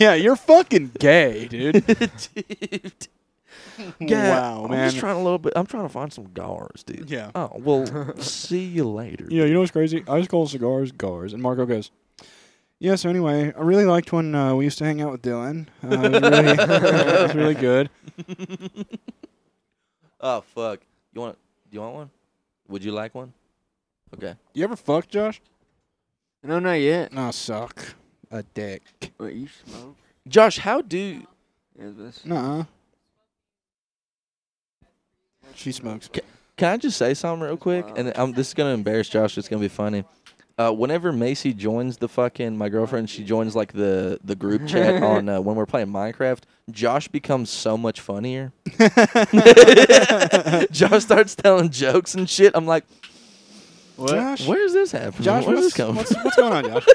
[SPEAKER 1] yeah, you're fucking gay, dude.
[SPEAKER 2] dude. [LAUGHS] Yeah,
[SPEAKER 1] wow,
[SPEAKER 2] I'm
[SPEAKER 1] man.
[SPEAKER 2] just trying a little bit. I'm trying to find some gars, dude.
[SPEAKER 1] Yeah.
[SPEAKER 2] Oh
[SPEAKER 1] [LAUGHS]
[SPEAKER 2] well, see you later.
[SPEAKER 1] Yeah, you know what's crazy? I just call cigars gars, and Marco goes, "Yeah." So anyway, I really liked when uh, we used to hang out with Dylan. Uh, it, was really, [LAUGHS] it was really good.
[SPEAKER 2] [LAUGHS] Oh fuck. You want? You want one? Would you like one? Okay.
[SPEAKER 1] You ever fuck Josh?
[SPEAKER 3] No, not yet.
[SPEAKER 1] No, suck a dick.
[SPEAKER 3] Wait, you smoke?
[SPEAKER 2] Josh, how do
[SPEAKER 3] Is this?
[SPEAKER 1] Nuh-uh. She smokes. [LAUGHS]
[SPEAKER 2] can I just say something real quick? And I'm this is gonna embarrass Josh. It's gonna be funny. Uh, whenever Macy joins the fucking my girlfriend, she joins like the the group
[SPEAKER 1] [LAUGHS]
[SPEAKER 2] chat on uh, when we're playing Minecraft. Josh becomes so much funnier.
[SPEAKER 1] [LAUGHS]
[SPEAKER 2] [LAUGHS] Josh starts telling jokes and shit. I'm like,
[SPEAKER 1] Josh,
[SPEAKER 2] where is this happening?
[SPEAKER 1] Josh,
[SPEAKER 2] where does this
[SPEAKER 1] what's,
[SPEAKER 2] come?
[SPEAKER 1] what's,
[SPEAKER 2] from?
[SPEAKER 1] what's going on,
[SPEAKER 2] [LAUGHS]
[SPEAKER 1] Josh?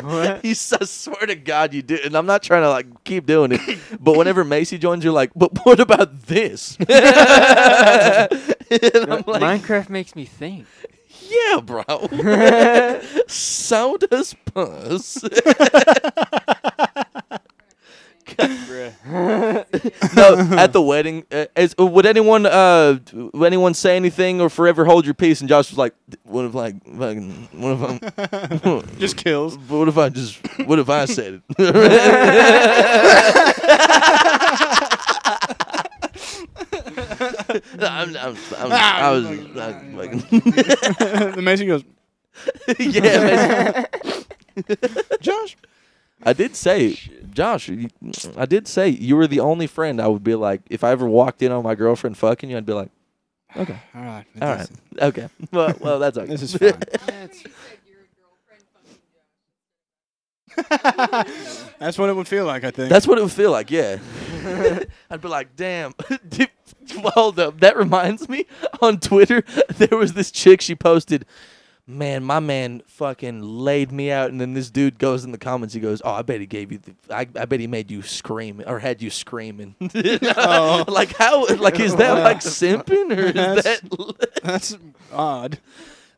[SPEAKER 3] What?
[SPEAKER 1] [LAUGHS]
[SPEAKER 2] He says, I swear to God, you do. And I'm not trying to like keep doing it. But whenever Macy joins, you're like, but what about this? [LAUGHS] and I'm like,
[SPEAKER 3] Minecraft makes me think.
[SPEAKER 2] yeah, bro. so does puss. [LAUGHS]
[SPEAKER 1] [LAUGHS]
[SPEAKER 2] no, at the wedding, uh, is, would anyone, uh, would anyone say anything or forever hold your peace? And Josh was like, "What if like, fucking, what if I'm,
[SPEAKER 1] Just kills.
[SPEAKER 2] But what if I just? What if I said it? No, [LAUGHS] I'm, I'm, I'm, I was, I'm fucking-
[SPEAKER 1] [LAUGHS] the Mason goes,
[SPEAKER 2] [LAUGHS] yeah. man.
[SPEAKER 1] Josh.
[SPEAKER 2] I did say, Josh. you- I did say you were the only friend. I would be like, if I ever walked in on my girlfriend fucking you, I'd be like, okay,
[SPEAKER 1] All right.
[SPEAKER 2] all right, okay. Well, well,
[SPEAKER 1] [LAUGHS]
[SPEAKER 2] that's okay.
[SPEAKER 1] This is fine.
[SPEAKER 3] That's
[SPEAKER 1] That's what it would feel like, I think.
[SPEAKER 2] That's what it would feel like, yeah. [LAUGHS] I'd be like, damn. [LAUGHS] Dude, [LAUGHS] Hold up. That reminds me on Twitter, there was this chick, she posted, man, my man fucking laid me out. And then this dude goes in the comments, he goes, oh, I bet he gave you, the, I, I bet he made you scream or had you screaming. [LAUGHS] like how, like is that [LAUGHS] like simping or is
[SPEAKER 1] That's-
[SPEAKER 2] that?
[SPEAKER 1] That's
[SPEAKER 2] [LAUGHS]
[SPEAKER 1] odd.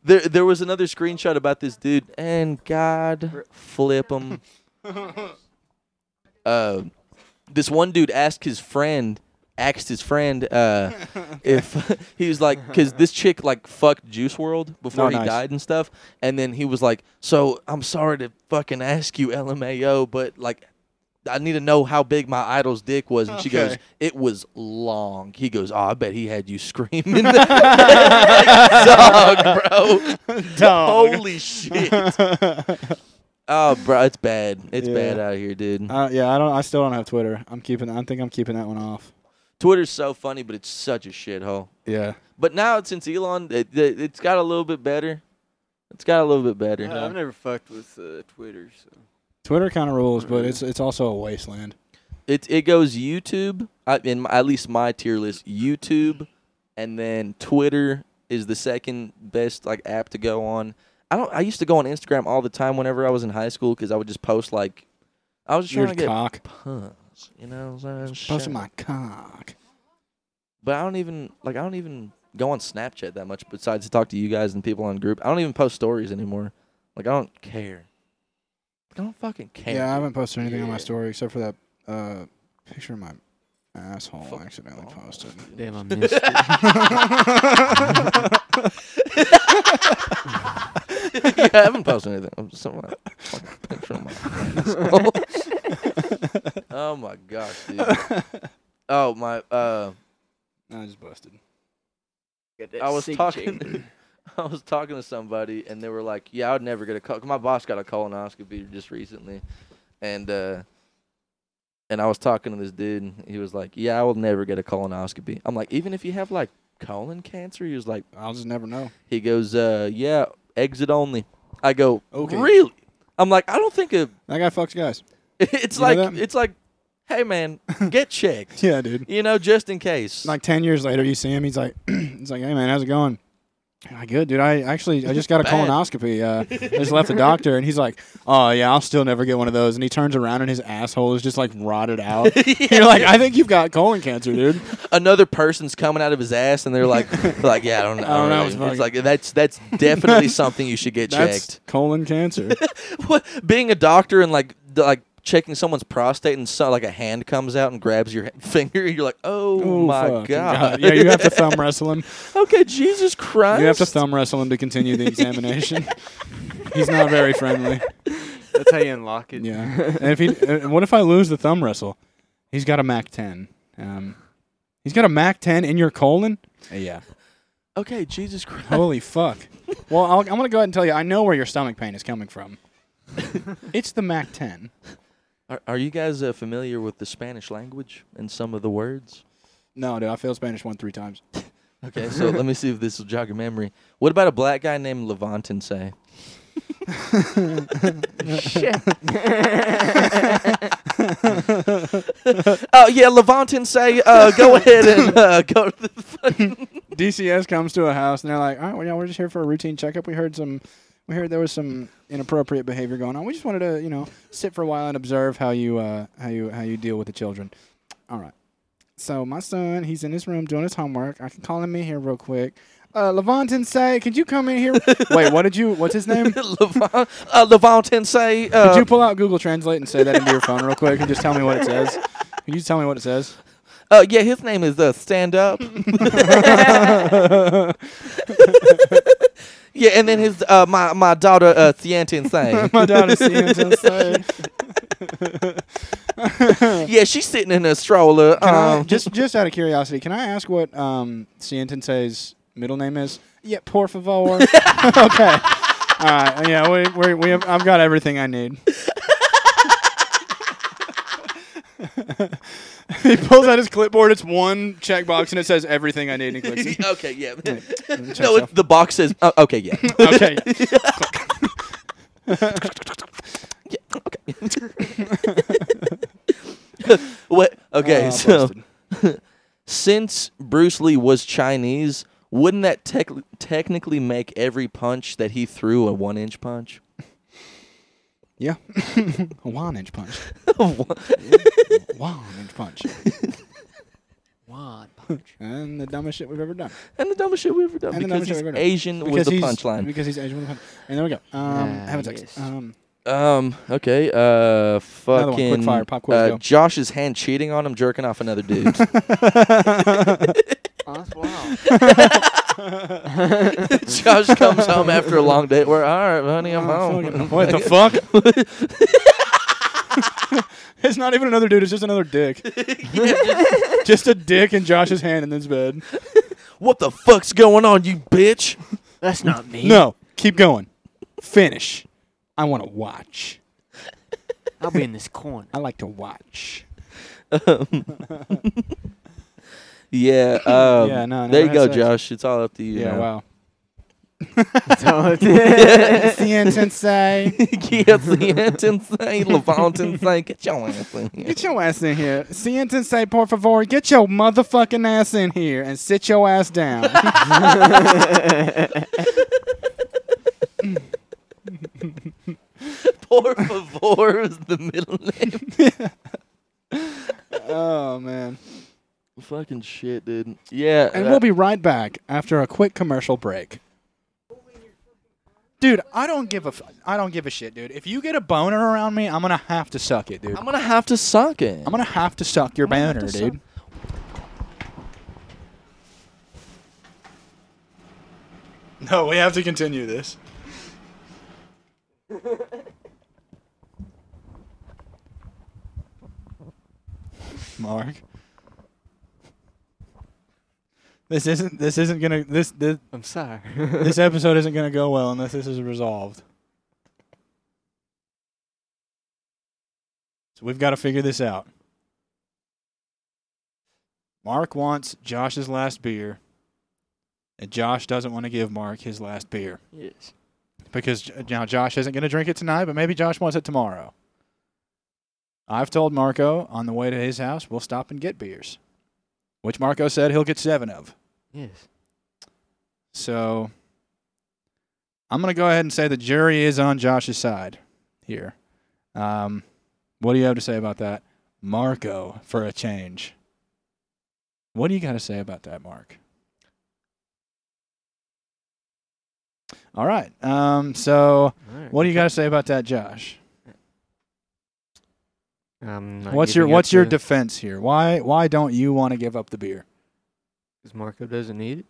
[SPEAKER 2] There, there was another screenshot about this dude, and God flip him. uh, this one dude asked his friend, asked his friend uh, if [LAUGHS] he was like, because this chick like fucked Juice World before
[SPEAKER 1] Oh,
[SPEAKER 2] he
[SPEAKER 1] nice.
[SPEAKER 2] died and stuff, and then he was like, so I'm sorry to fucking ask you, LMAO, but like. I need to know how big my idol's dick was, and she goes,
[SPEAKER 1] Okay.
[SPEAKER 2] "It was long." He goes, "Oh, I bet he had you screaming." [LAUGHS] Like, dog, bro. [LAUGHS]
[SPEAKER 1] Dog. [LAUGHS]
[SPEAKER 2] Holy shit. [LAUGHS] oh, bro, it's bad. It's
[SPEAKER 1] Yeah.
[SPEAKER 2] bad out here, dude.
[SPEAKER 1] Uh, yeah, I don't. I still don't have Twitter. I'm keeping. I think I'm keeping that one off.
[SPEAKER 2] Twitter's so funny, but it's such a shithole.
[SPEAKER 1] Yeah.
[SPEAKER 2] But now since Elon, it, it, it's got a little bit better. It's got a little bit better.
[SPEAKER 3] Uh, I've never fucked with uh, Twitter, so
[SPEAKER 1] Twitter kind of rules, but it's it's also a wasteland.
[SPEAKER 2] It it goes YouTube I, in my, at least my tier list. YouTube, and then Twitter is the second best like app to go on. I don't. I used to go on Instagram all the time whenever I was in high school because I would just post like I was just
[SPEAKER 1] Your
[SPEAKER 2] trying to get
[SPEAKER 1] cock.
[SPEAKER 2] punts. You know, what I'm saying?
[SPEAKER 1] Busting
[SPEAKER 2] Shit.
[SPEAKER 1] my cock.
[SPEAKER 2] But I don't even like I don't even go on Snapchat that much besides to talk to you guys and people on group. I don't even post stories anymore. Like I don't care. Like, I don't fucking care.
[SPEAKER 1] Yeah, I haven't posted anything on my
[SPEAKER 2] Yeah.
[SPEAKER 1] story except for that uh, picture of my asshole
[SPEAKER 2] Fuck
[SPEAKER 1] I accidentally
[SPEAKER 2] off.
[SPEAKER 1] posted. [LAUGHS]
[SPEAKER 3] damn,
[SPEAKER 2] [LAUGHS]
[SPEAKER 3] I missed it.
[SPEAKER 2] yeah, I haven't posted anything. I'm just someone fucking picture of my
[SPEAKER 3] [LAUGHS]
[SPEAKER 2] [LAUGHS] Oh my gosh, dude. Oh my uh
[SPEAKER 1] I just busted.
[SPEAKER 3] Got that
[SPEAKER 2] I was
[SPEAKER 3] sick
[SPEAKER 2] talking
[SPEAKER 3] chick. [LAUGHS]
[SPEAKER 2] [LAUGHS] I was talking to somebody and they were like, "Yeah, I would never get a col- my boss got a colonoscopy just recently." And uh and I was talking to this dude, and he was like, "Yeah, I will never get a colonoscopy." I'm like, "Even if you have like colon cancer?" He was like,
[SPEAKER 1] I'll just never know.
[SPEAKER 2] he goes, "Uh, yeah, exit only." I go,
[SPEAKER 1] Okay.
[SPEAKER 2] "Really?" I'm like, "I don't think a [LAUGHS]
[SPEAKER 1] That guy fucks guys. [LAUGHS]
[SPEAKER 2] it's
[SPEAKER 1] You know
[SPEAKER 2] like
[SPEAKER 1] that?
[SPEAKER 2] it's like, hey
[SPEAKER 1] [LAUGHS]
[SPEAKER 2] man, get checked.
[SPEAKER 1] Yeah, dude.
[SPEAKER 2] You know, just in case.
[SPEAKER 1] [LAUGHS] Like ten years later, you see him. He's like, [CLEARS THROAT] he's like, hey man, how's it going? I'm Like, good dude. I actually I just got a
[SPEAKER 2] [LAUGHS] Bad.
[SPEAKER 1] colonoscopy. Uh, I just left the doctor, and he's like, oh yeah, I'll still never get one of those. And he turns around, and his asshole is just like rotted
[SPEAKER 2] [LAUGHS]
[SPEAKER 1] out. You're like, I think you've got colon cancer, dude.
[SPEAKER 2] Another person's coming out of his ass, and they're
[SPEAKER 1] [LAUGHS]
[SPEAKER 2] like, they're like, yeah, I don't know.
[SPEAKER 1] I don't know, it's
[SPEAKER 2] It's,
[SPEAKER 1] fucking-
[SPEAKER 2] like that's that's definitely
[SPEAKER 1] [LAUGHS]
[SPEAKER 2] something you should get
[SPEAKER 1] That's
[SPEAKER 2] checked.
[SPEAKER 1] colon cancer.
[SPEAKER 2] What, being a doctor and like d- like checking someone's prostate, and so like a hand comes out and grabs your [LAUGHS] finger, you're like, [LAUGHS] oh
[SPEAKER 1] Oh
[SPEAKER 2] my
[SPEAKER 1] fucking
[SPEAKER 2] god.
[SPEAKER 1] Yeah, you have to thumb wrestle him.
[SPEAKER 2] [LAUGHS] okay, Jesus Christ.
[SPEAKER 1] You have to thumb wrestle him to continue
[SPEAKER 2] [LAUGHS]
[SPEAKER 1] the examination. he's not very friendly.
[SPEAKER 3] That's how you unlock it.
[SPEAKER 1] Yeah. And if he, [LAUGHS] uh, what if I lose the thumb wrestle? He's got a Mac 10. Um, he's got a Mac 10 in your colon. Uh, Yeah.
[SPEAKER 2] okay, Jesus Christ.
[SPEAKER 1] Holy fuck. Well, I'll, I'm going to go ahead and tell you. I know where your stomach pain is coming from. [LAUGHS] it's the Mac 10.
[SPEAKER 2] Are, are you guys uh, familiar with the Spanish language and some of the words?
[SPEAKER 1] No, dude, I failed Spanish one three times.
[SPEAKER 2] Okay, so let me see if this will jog your memory. What about a black guy named Levantin say? oh yeah, Levantin say. Uh, go ahead and uh, go to the.
[SPEAKER 1] DCS comes to a house and they're like, all right, well, yeah, we're just here for a routine checkup. We heard some, we heard there was some inappropriate behavior going on. We just wanted to, you know, sit for a while and observe how you, uh, how you, how you deal with the children. All right. So my son, he's in his room doing his homework. I can call him in here real quick. Uh, Levantin say, could you come in here? Wait, what did you? What's his name? Could
[SPEAKER 2] [LAUGHS] Levant, uh, Levantin say. Uh,
[SPEAKER 1] you pull out Google Translate and say that into your phone real quick and just tell me what it says? Can you tell me what it says?
[SPEAKER 2] uh, yeah, his name is uh, Stand
[SPEAKER 1] [LAUGHS]
[SPEAKER 2] Up. yeah, and then his uh, my my daughter uh, Tiantin
[SPEAKER 1] [LAUGHS]
[SPEAKER 2] say.
[SPEAKER 1] My daughter Levantin say.
[SPEAKER 2] Yeah, she's sitting in a stroller.
[SPEAKER 1] Can I,
[SPEAKER 2] um,
[SPEAKER 1] [LAUGHS] just just out of curiosity, can I ask what um Cientense's middle name is? Yeah, por favor. [LAUGHS] okay. All right. Yeah, we we we have, I've got everything I need. [LAUGHS] he pulls out his clipboard. It's one checkbox, and it says everything I need. And he clicks it.
[SPEAKER 2] okay, [LAUGHS] [LAUGHS] yeah.
[SPEAKER 1] Checks
[SPEAKER 2] no,
[SPEAKER 1] off.
[SPEAKER 2] it, the box says. oh, okay,
[SPEAKER 1] [LAUGHS]
[SPEAKER 2] yeah. [LAUGHS]
[SPEAKER 1] okay.
[SPEAKER 2] What? Okay,
[SPEAKER 1] Uh,
[SPEAKER 2] so
[SPEAKER 1] busted. Oh, Ah,
[SPEAKER 2] since Bruce Lee was Chinese, wouldn't that tech technically make every punch that he threw a one inch punch? [LAUGHS]
[SPEAKER 1] Yeah. [LAUGHS] a one inch punch. one inch punch.
[SPEAKER 3] One [LAUGHS] punch.
[SPEAKER 1] And the dumbest shit we've ever done.
[SPEAKER 2] And the dumbest shit we've ever done
[SPEAKER 1] And the
[SPEAKER 2] because he's
[SPEAKER 1] dumbest shit we've ever done.
[SPEAKER 2] Asian with a
[SPEAKER 1] he's-
[SPEAKER 2] punchline.
[SPEAKER 1] Because he's Asian with a punch. And there we go. Um,
[SPEAKER 3] Ah,
[SPEAKER 1] having sex.
[SPEAKER 3] yes.
[SPEAKER 1] Um,
[SPEAKER 2] Um. Okay. Uh.
[SPEAKER 1] Another one,
[SPEAKER 2] Fucking.
[SPEAKER 1] quick fire, pop quiz,
[SPEAKER 2] uh,
[SPEAKER 1] go.
[SPEAKER 2] Josh's hand cheating on him, jerking off another dude. [LAUGHS]
[SPEAKER 3] Oh, that's wow.
[SPEAKER 2] Josh comes home after a long day. We're all right, honey. I'm
[SPEAKER 1] oh,
[SPEAKER 2] home.
[SPEAKER 1] fucking- what the fuck? [LAUGHS] it's not even another dude. It's just another
[SPEAKER 3] [LAUGHS]
[SPEAKER 1] dick. just a dick in Josh's hand in his bed.
[SPEAKER 2] What the fuck's going on, you bitch?
[SPEAKER 3] That's not me.
[SPEAKER 1] No, keep going. Finish. I want to watch.
[SPEAKER 3] I'll be in this corner.
[SPEAKER 1] I like to watch.
[SPEAKER 2] Yeah. Um,
[SPEAKER 1] [LAUGHS] Yeah, no, I
[SPEAKER 2] There you
[SPEAKER 1] never had
[SPEAKER 2] go,
[SPEAKER 1] sex.
[SPEAKER 2] Josh. It's all up to you.
[SPEAKER 1] Yeah,
[SPEAKER 2] now.
[SPEAKER 1] wow.
[SPEAKER 3] So it's-
[SPEAKER 1] It's the end, sensei.
[SPEAKER 2] yes, the ant insane, Levant insane. Get your ass in here.
[SPEAKER 1] Get your ass in here. CN Sensei, por favor, get your motherfucking ass in here and sit your ass down. [LAUGHS]
[SPEAKER 2] Por favor is the middle name.
[SPEAKER 1] oh, man.
[SPEAKER 2] Fucking shit, dude. Yeah.
[SPEAKER 1] And
[SPEAKER 2] uh,
[SPEAKER 1] we'll be right back after a quick commercial break. Dude, I don't give a f- I don't give a shit, dude. If you get a boner around me, I'm gonna have to suck it, dude.
[SPEAKER 2] I'm gonna have to suck it.
[SPEAKER 1] I'm gonna have to suck your
[SPEAKER 2] gonna have
[SPEAKER 1] boner,
[SPEAKER 2] to
[SPEAKER 1] dude. No, we have to continue this. Mark. This isn't this isn't gonna this this
[SPEAKER 3] I'm sorry.
[SPEAKER 1] this episode isn't going to go well unless this is resolved. So we've got to figure this out. Mark wants Josh's last beer, and Josh doesn't want to give Mark his last beer
[SPEAKER 3] [LAUGHS] yes.
[SPEAKER 1] because J- now Josh isn't going to drink it tonight, but maybe Josh wants it tomorrow. I've told Marco on the way to his house we'll stop and get beers, which Marco said he'll get seven of.
[SPEAKER 3] Yes.
[SPEAKER 1] So I'm going to go ahead and say the jury is on Josh's side here. Um, what do you have to say about that? Marco for a change. What do you got to say about that, Mark? All right. Um, so
[SPEAKER 3] Alright.
[SPEAKER 1] what do you got to say about that, Josh?
[SPEAKER 3] I'm not
[SPEAKER 1] What's your
[SPEAKER 3] giving up
[SPEAKER 1] what's your
[SPEAKER 3] the-
[SPEAKER 1] defense here? Why why don't you want to give up the beer?
[SPEAKER 3] 'cause Marco doesn't need it.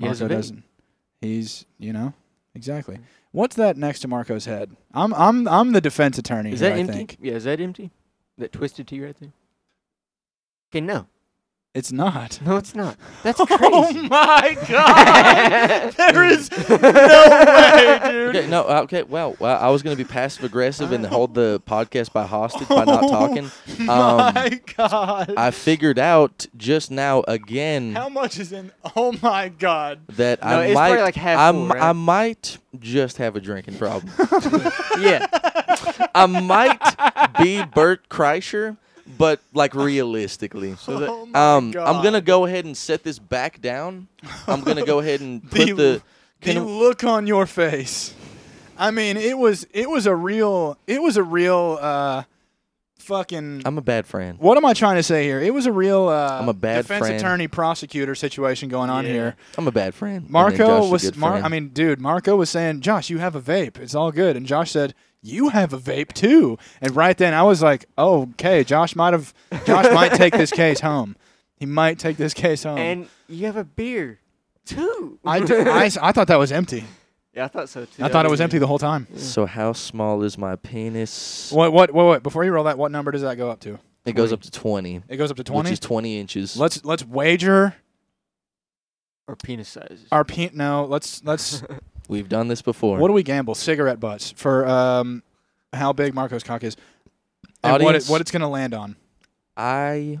[SPEAKER 3] He has
[SPEAKER 1] Marco
[SPEAKER 3] a vape.
[SPEAKER 1] doesn't. He's you know exactly. What's that next to Marco's head? I'm I'm I'm the defense attorney.
[SPEAKER 3] Is
[SPEAKER 1] here,
[SPEAKER 3] that
[SPEAKER 1] I
[SPEAKER 3] empty?
[SPEAKER 1] think
[SPEAKER 3] Yeah, is that empty? That twisted T right there?
[SPEAKER 1] [LAUGHS]
[SPEAKER 3] Okay, no.
[SPEAKER 1] it's not.
[SPEAKER 3] No, it's not. [LAUGHS] That's
[SPEAKER 1] [LAUGHS] Oh [LAUGHS]
[SPEAKER 3] crazy.
[SPEAKER 1] my god! there [LAUGHS] is no way, dude.
[SPEAKER 2] Okay, no, uh, okay, well, well, I was gonna be passive aggressive and hold the podcast by hostage by not talking. Um,
[SPEAKER 1] [LAUGHS] my god!
[SPEAKER 2] I figured out just now again
[SPEAKER 1] How much is in? Oh my god!
[SPEAKER 2] that
[SPEAKER 3] No,
[SPEAKER 2] I
[SPEAKER 3] it's
[SPEAKER 2] might
[SPEAKER 3] probably like half
[SPEAKER 2] I,
[SPEAKER 3] full,
[SPEAKER 2] m-
[SPEAKER 3] right?
[SPEAKER 2] I might just have a drinking problem.
[SPEAKER 3] yeah.
[SPEAKER 2] I might be Bert Kreischer, but like realistically.
[SPEAKER 1] So that- [LAUGHS] Oh my
[SPEAKER 2] um, I'm gonna
[SPEAKER 1] God.
[SPEAKER 2] go ahead and set this back down. I'm gonna go ahead and
[SPEAKER 1] [LAUGHS] The-
[SPEAKER 2] put the.
[SPEAKER 1] the
[SPEAKER 2] Can,
[SPEAKER 1] look on your face. I mean, it was it was a real it was a real uh, fucking.
[SPEAKER 2] I'm a bad friend.
[SPEAKER 1] What am I trying to say here? It was a real uh,
[SPEAKER 2] I'm a bad
[SPEAKER 1] defense
[SPEAKER 2] friend.
[SPEAKER 1] attorney prosecutor situation going on
[SPEAKER 3] Yeah.
[SPEAKER 1] here.
[SPEAKER 2] I'm a bad friend. And then Josh
[SPEAKER 1] Marco
[SPEAKER 2] is a
[SPEAKER 1] was
[SPEAKER 2] good
[SPEAKER 1] Mar-
[SPEAKER 2] friend.
[SPEAKER 1] I mean, dude, Marco was saying, "Josh, you have a vape. It's all good." And Josh said, "You have a vape too." And right then, I was like, "Oh, okay, Josh might have Josh
[SPEAKER 2] [LAUGHS]
[SPEAKER 1] might take this case home. He might take this case home."
[SPEAKER 3] and you have a beer, too. [LAUGHS]
[SPEAKER 1] I, d- I s- I thought that was empty.
[SPEAKER 3] yeah, I thought so, too.
[SPEAKER 1] I thought it was
[SPEAKER 3] didn't-
[SPEAKER 1] empty the whole time.
[SPEAKER 2] So how small is my penis?
[SPEAKER 1] What what what what? Before you roll that, what number does that go up to?
[SPEAKER 2] It goes up to 20,
[SPEAKER 1] It goes up to
[SPEAKER 2] which
[SPEAKER 1] twenty.
[SPEAKER 2] is 20 inches.
[SPEAKER 1] Let's let's wager
[SPEAKER 3] Or penis sizes.
[SPEAKER 1] our pe- no. Let's
[SPEAKER 3] [LAUGHS]
[SPEAKER 1] let's
[SPEAKER 2] We've done this before.
[SPEAKER 1] What do we gamble? Cigarette butts for um, how big Marco's cock is, and what, it,
[SPEAKER 2] Audience?
[SPEAKER 1] what it's going to land on.
[SPEAKER 2] I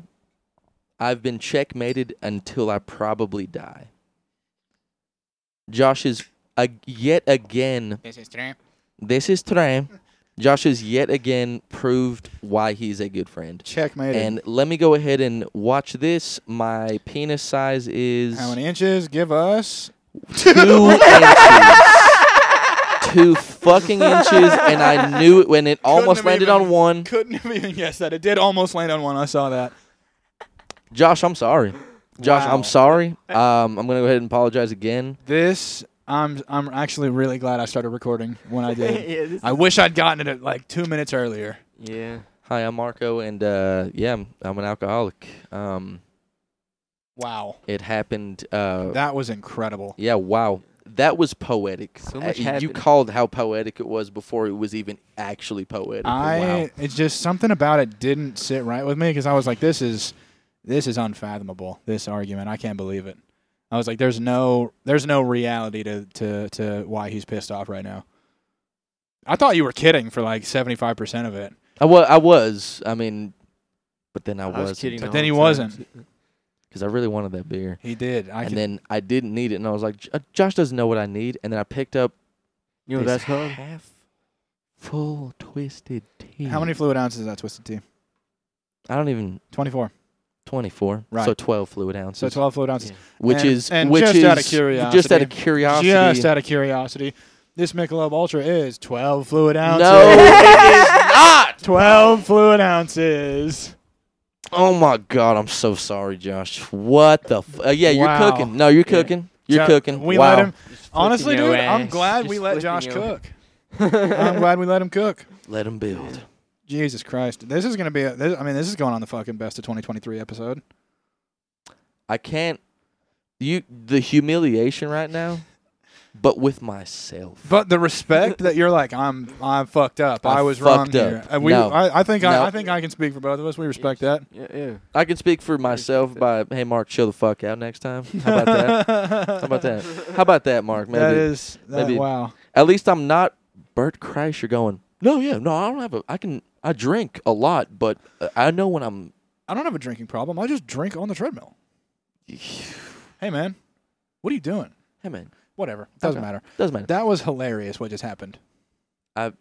[SPEAKER 2] I've been checkmated until I probably die. Josh is ag- yet again. This is Tram. Josh has yet again proved why he's a good friend.
[SPEAKER 1] Checkmate.
[SPEAKER 2] And let me go ahead and watch this. My penis size is
[SPEAKER 1] How many inches? Give us.
[SPEAKER 2] two inches. Two fucking inches, and I knew it when it almost
[SPEAKER 1] have
[SPEAKER 2] landed
[SPEAKER 1] even-
[SPEAKER 2] on one.
[SPEAKER 1] [LAUGHS] Couldn't have even guessed that. It did almost land on one. I saw that.
[SPEAKER 2] Josh, I'm sorry. Josh,
[SPEAKER 1] Wow.
[SPEAKER 2] I'm sorry. Um, I'm gonna go ahead and apologize again.
[SPEAKER 1] This, I'm I'm actually really glad I started recording when
[SPEAKER 3] [LAUGHS]
[SPEAKER 1] I did.
[SPEAKER 3] yeah, this,
[SPEAKER 1] I wish I'd gotten it at like two minutes earlier.
[SPEAKER 3] yeah.
[SPEAKER 2] Hi, I'm Marco, and uh, yeah, I'm, I'm an alcoholic. Um,
[SPEAKER 1] Wow,
[SPEAKER 2] it happened. Uh,
[SPEAKER 1] that was incredible.
[SPEAKER 2] yeah, wow, that was poetic.
[SPEAKER 3] So much
[SPEAKER 2] Uh, you
[SPEAKER 3] happened.
[SPEAKER 2] called how poetic it was before it was even actually poetic.
[SPEAKER 1] I
[SPEAKER 2] wow.
[SPEAKER 1] it's just something about it didn't sit right with me because I was like, this is this is unfathomable. This argument, I can't believe it. I was like, there's no there's no reality to to to why he's pissed off right now. I thought you were kidding for like seventy five percent of it.
[SPEAKER 2] I was. I was. I mean, but then I,
[SPEAKER 3] I was kidding.
[SPEAKER 1] But
[SPEAKER 3] the
[SPEAKER 1] then he
[SPEAKER 3] whole time.
[SPEAKER 2] because I really wanted that beer.
[SPEAKER 1] He did. I
[SPEAKER 2] and
[SPEAKER 1] can,
[SPEAKER 2] then I didn't need it, and I was like, "J- uh, Josh doesn't know what I need. And then I picked up
[SPEAKER 3] You know
[SPEAKER 2] this
[SPEAKER 1] [LAUGHS]
[SPEAKER 3] that's hard.
[SPEAKER 2] half full twisted tea.
[SPEAKER 1] how many fluid ounces is that twisted tea?
[SPEAKER 2] I don't even
[SPEAKER 1] Twenty four.
[SPEAKER 2] twenty four. So
[SPEAKER 1] Right.
[SPEAKER 2] twelve fluid ounces.
[SPEAKER 1] So twelve fluid ounces.
[SPEAKER 2] which
[SPEAKER 1] And-
[SPEAKER 2] is
[SPEAKER 1] and
[SPEAKER 2] which
[SPEAKER 1] just
[SPEAKER 2] is
[SPEAKER 1] out of
[SPEAKER 2] just out
[SPEAKER 1] curiosity-
[SPEAKER 2] of curiosity.
[SPEAKER 1] Just out of curiosity, this Michelob Ultra is 12 fluid ounces.
[SPEAKER 2] no,
[SPEAKER 1] [LAUGHS]
[SPEAKER 2] it is not.
[SPEAKER 1] 12 fluid ounces.
[SPEAKER 2] Oh my god, I'm so sorry, Josh. What the? F- uh, yeah,
[SPEAKER 1] Wow.
[SPEAKER 2] you're cooking. No, you're
[SPEAKER 3] Yeah.
[SPEAKER 2] cooking. You're
[SPEAKER 1] Jo-
[SPEAKER 2] cooking.
[SPEAKER 1] We
[SPEAKER 2] wow.
[SPEAKER 1] let him.
[SPEAKER 3] Just
[SPEAKER 1] Honestly,
[SPEAKER 3] flipping
[SPEAKER 1] dude,
[SPEAKER 3] your
[SPEAKER 1] I'm
[SPEAKER 3] ass.
[SPEAKER 1] glad
[SPEAKER 3] Just
[SPEAKER 1] we let
[SPEAKER 3] flipping
[SPEAKER 1] Josh
[SPEAKER 3] your- [LAUGHS]
[SPEAKER 1] cook. [LAUGHS] I'm glad we let him cook.
[SPEAKER 2] Let him build.
[SPEAKER 1] Jesus Christ, this is gonna be. A, this, I mean, this is going on the fucking best of 2023 episode.
[SPEAKER 2] I can't. You the humiliation right now, but with myself.
[SPEAKER 1] But the respect that you're like, I'm, I'm fucked up. I,
[SPEAKER 2] I
[SPEAKER 1] was wrong
[SPEAKER 2] fucked
[SPEAKER 1] here.
[SPEAKER 2] up.
[SPEAKER 1] Uh, we,
[SPEAKER 2] No.
[SPEAKER 1] I, I think,
[SPEAKER 2] No.
[SPEAKER 1] I, I think I can speak for both of us. We respect that.
[SPEAKER 3] Yeah, yeah.
[SPEAKER 2] I can speak for myself by hey Mark, chill the fuck out next time. How about
[SPEAKER 1] [LAUGHS]
[SPEAKER 2] that?
[SPEAKER 1] How
[SPEAKER 2] How about that? How about that, Mark? Maybe
[SPEAKER 1] That is. That,
[SPEAKER 2] maybe-
[SPEAKER 1] Wow.
[SPEAKER 2] at least I'm not Bert Kreischer going. No, yeah, no, I don't have a. I can I drink a lot, but uh, I know when I'm. [SIGHS]
[SPEAKER 1] I don't have a drinking problem. I just drink on the treadmill. Hey man, what are you doing?
[SPEAKER 2] Hey man,
[SPEAKER 1] Whatever. Doesn't
[SPEAKER 2] Okay.
[SPEAKER 1] matter.
[SPEAKER 2] doesn't matter.
[SPEAKER 1] That was hilarious what just happened.
[SPEAKER 2] I'm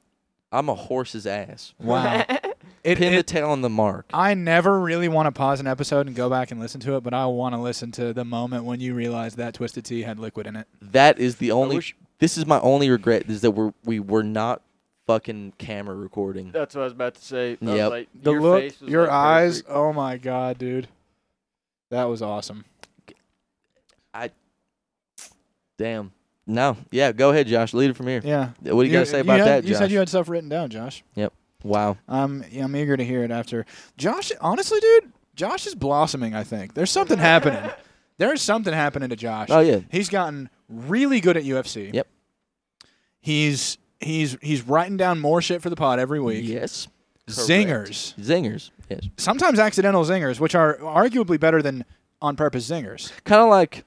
[SPEAKER 2] a horse's ass.
[SPEAKER 1] Wow.
[SPEAKER 2] [LAUGHS]
[SPEAKER 1] it,
[SPEAKER 2] Pin the
[SPEAKER 1] it,
[SPEAKER 2] tail on the mark.
[SPEAKER 1] I never really want to pause an episode and go back and listen to it, but I want to listen to the moment when you realized that Twisted Tea had liquid in it.
[SPEAKER 2] That is the only.
[SPEAKER 3] wish-
[SPEAKER 2] this is my only regret is that we're we were not fucking camera recording.
[SPEAKER 3] [LAUGHS] That's what I was about to say. I was
[SPEAKER 2] Yep.
[SPEAKER 3] like,
[SPEAKER 1] The
[SPEAKER 3] your
[SPEAKER 1] look,
[SPEAKER 3] face was
[SPEAKER 1] your
[SPEAKER 3] like
[SPEAKER 1] eyes,
[SPEAKER 3] perfect.
[SPEAKER 1] oh my god, dude. That was awesome.
[SPEAKER 2] Damn. No. Yeah. Go ahead, Josh. Lead it from here.
[SPEAKER 1] Yeah.
[SPEAKER 2] What do you, gotta say about
[SPEAKER 1] had-
[SPEAKER 2] that, Josh?
[SPEAKER 1] You said you had stuff written down, Josh.
[SPEAKER 2] wow.
[SPEAKER 1] I'm I'm eager to hear it after. Josh, honestly, dude, Josh is blossoming. I think there's
[SPEAKER 2] [LAUGHS]
[SPEAKER 1] something happening. There's something happening to Josh.
[SPEAKER 2] Oh yeah.
[SPEAKER 1] He's gotten really good at UFC.
[SPEAKER 2] Yep.
[SPEAKER 1] He's he's he's writing down more shit for the pod every week.
[SPEAKER 2] Yes. correct.
[SPEAKER 1] Zingers.
[SPEAKER 2] Zingers. Yes.
[SPEAKER 1] Sometimes accidental zingers, which are arguably better than on purpose zingers.
[SPEAKER 2] Kind of like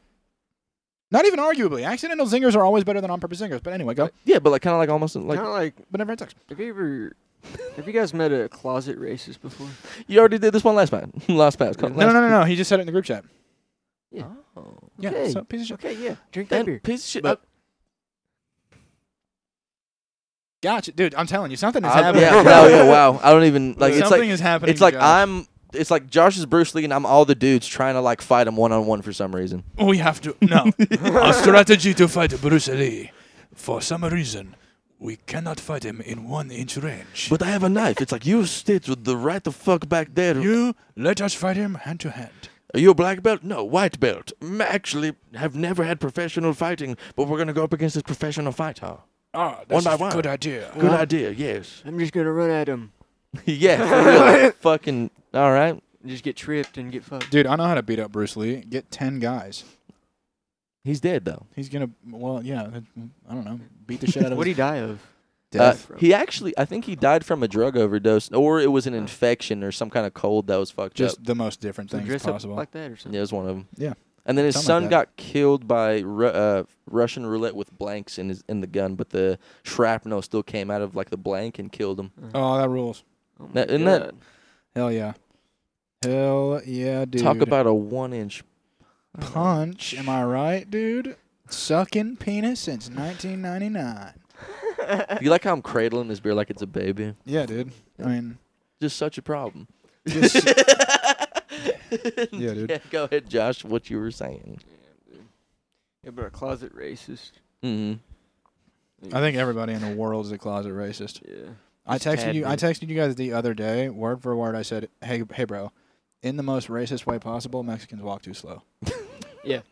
[SPEAKER 1] Not even arguably. Accidental zingers are always better than on purpose zingers. But anyway, go.
[SPEAKER 2] yeah, but like kind of like almost like
[SPEAKER 3] Like, kind of like,
[SPEAKER 1] But never text.
[SPEAKER 3] have you ever, have you guys met a closet racist before?
[SPEAKER 2] [LAUGHS] you already did this one last time. [LAUGHS] last pass.
[SPEAKER 3] No,
[SPEAKER 1] No, no, no, no. He just said it in the group chat.
[SPEAKER 3] Yeah.
[SPEAKER 2] Oh.
[SPEAKER 1] Yeah.
[SPEAKER 3] Okay.
[SPEAKER 1] So piece of shit.
[SPEAKER 3] Okay, yeah. Drink
[SPEAKER 2] That
[SPEAKER 3] that beer.
[SPEAKER 2] piece of shit. Uh,
[SPEAKER 3] But-
[SPEAKER 1] Gotcha, dude. I'm telling you, something is
[SPEAKER 2] I-
[SPEAKER 1] happening.
[SPEAKER 2] yeah. No,
[SPEAKER 1] [LAUGHS]
[SPEAKER 2] yeah. Wow. I don't even like. It's
[SPEAKER 1] something
[SPEAKER 2] like
[SPEAKER 1] is happening.
[SPEAKER 2] it's like
[SPEAKER 1] to Josh.
[SPEAKER 2] I'm. It's like Josh is Bruce Lee and I'm all the dudes trying to like fight him one on one for some reason.
[SPEAKER 1] We have to. [LAUGHS] No. Our strategy to fight Bruce Lee, for some reason, we cannot fight him in one inch range.
[SPEAKER 2] But I have a knife. It's like you stitch with the right the fuck back there.
[SPEAKER 1] you let us fight him hand to hand.
[SPEAKER 2] Are you a black belt? No, white belt. Mm, Actually, have never had professional fighting, but we're gonna go up against this professional fighter.
[SPEAKER 1] Ah,
[SPEAKER 2] One
[SPEAKER 1] that's
[SPEAKER 2] by
[SPEAKER 1] a
[SPEAKER 2] one.
[SPEAKER 1] good idea.
[SPEAKER 2] Good idea. Yes. [LAUGHS]
[SPEAKER 3] I'm just gonna run at him.
[SPEAKER 2] yeah.
[SPEAKER 1] [LAUGHS]
[SPEAKER 2] For real. Fucking. All right.
[SPEAKER 3] and Just get tripped and get fucked.
[SPEAKER 1] Dude, I know how to beat up Bruce Lee. Get 10 guys.
[SPEAKER 2] He's dead though.
[SPEAKER 1] He's going to, well, yeah, I don't know. Beat the shit
[SPEAKER 3] [LAUGHS]
[SPEAKER 1] out of
[SPEAKER 3] What do you die of?
[SPEAKER 1] his
[SPEAKER 2] Uh,
[SPEAKER 1] death.
[SPEAKER 3] from-
[SPEAKER 2] he actually, I think he died from a drug overdose, or it was an infection or some kind of cold that was fucked
[SPEAKER 1] Just
[SPEAKER 2] up.
[SPEAKER 1] the most different
[SPEAKER 3] So
[SPEAKER 1] things
[SPEAKER 3] dress up
[SPEAKER 1] possible.
[SPEAKER 3] like that or something.
[SPEAKER 2] Yeah, it was one of them.
[SPEAKER 1] Yeah.
[SPEAKER 2] And then his
[SPEAKER 1] Something
[SPEAKER 2] son
[SPEAKER 1] like that.
[SPEAKER 2] got killed by Ru- uh, Russian roulette with blanks in his in the gun, but the shrapnel still came out of like the blank and killed him.
[SPEAKER 1] oh, that rules.
[SPEAKER 3] Oh my
[SPEAKER 2] That- isn't that-
[SPEAKER 3] God.
[SPEAKER 1] Hell yeah. Hell yeah, dude.
[SPEAKER 2] Talk about a one inch.
[SPEAKER 1] punch. Am I right, dude? Sucking penis since 1999.
[SPEAKER 2] You like how I'm cradling this beer like it's a baby?
[SPEAKER 1] Yeah, dude. I mean,
[SPEAKER 2] Just such a problem.
[SPEAKER 3] [LAUGHS]
[SPEAKER 1] just, yeah,
[SPEAKER 2] [LAUGHS]
[SPEAKER 1] dude.
[SPEAKER 2] Yeah, go ahead, Josh. What you were saying?
[SPEAKER 3] [LAUGHS] Yeah, but a closet racist.
[SPEAKER 2] hmm
[SPEAKER 1] I think everybody in the world is a closet racist.
[SPEAKER 3] Yeah.
[SPEAKER 1] I
[SPEAKER 2] Just
[SPEAKER 1] texted
[SPEAKER 2] had
[SPEAKER 1] you.
[SPEAKER 2] me.
[SPEAKER 1] I texted you guys the other day, word for word. I said, "Hey, hey, bro, in the most racist way possible, Mexicans walk too
[SPEAKER 2] [LAUGHS]
[SPEAKER 1] slow."
[SPEAKER 3] Yeah.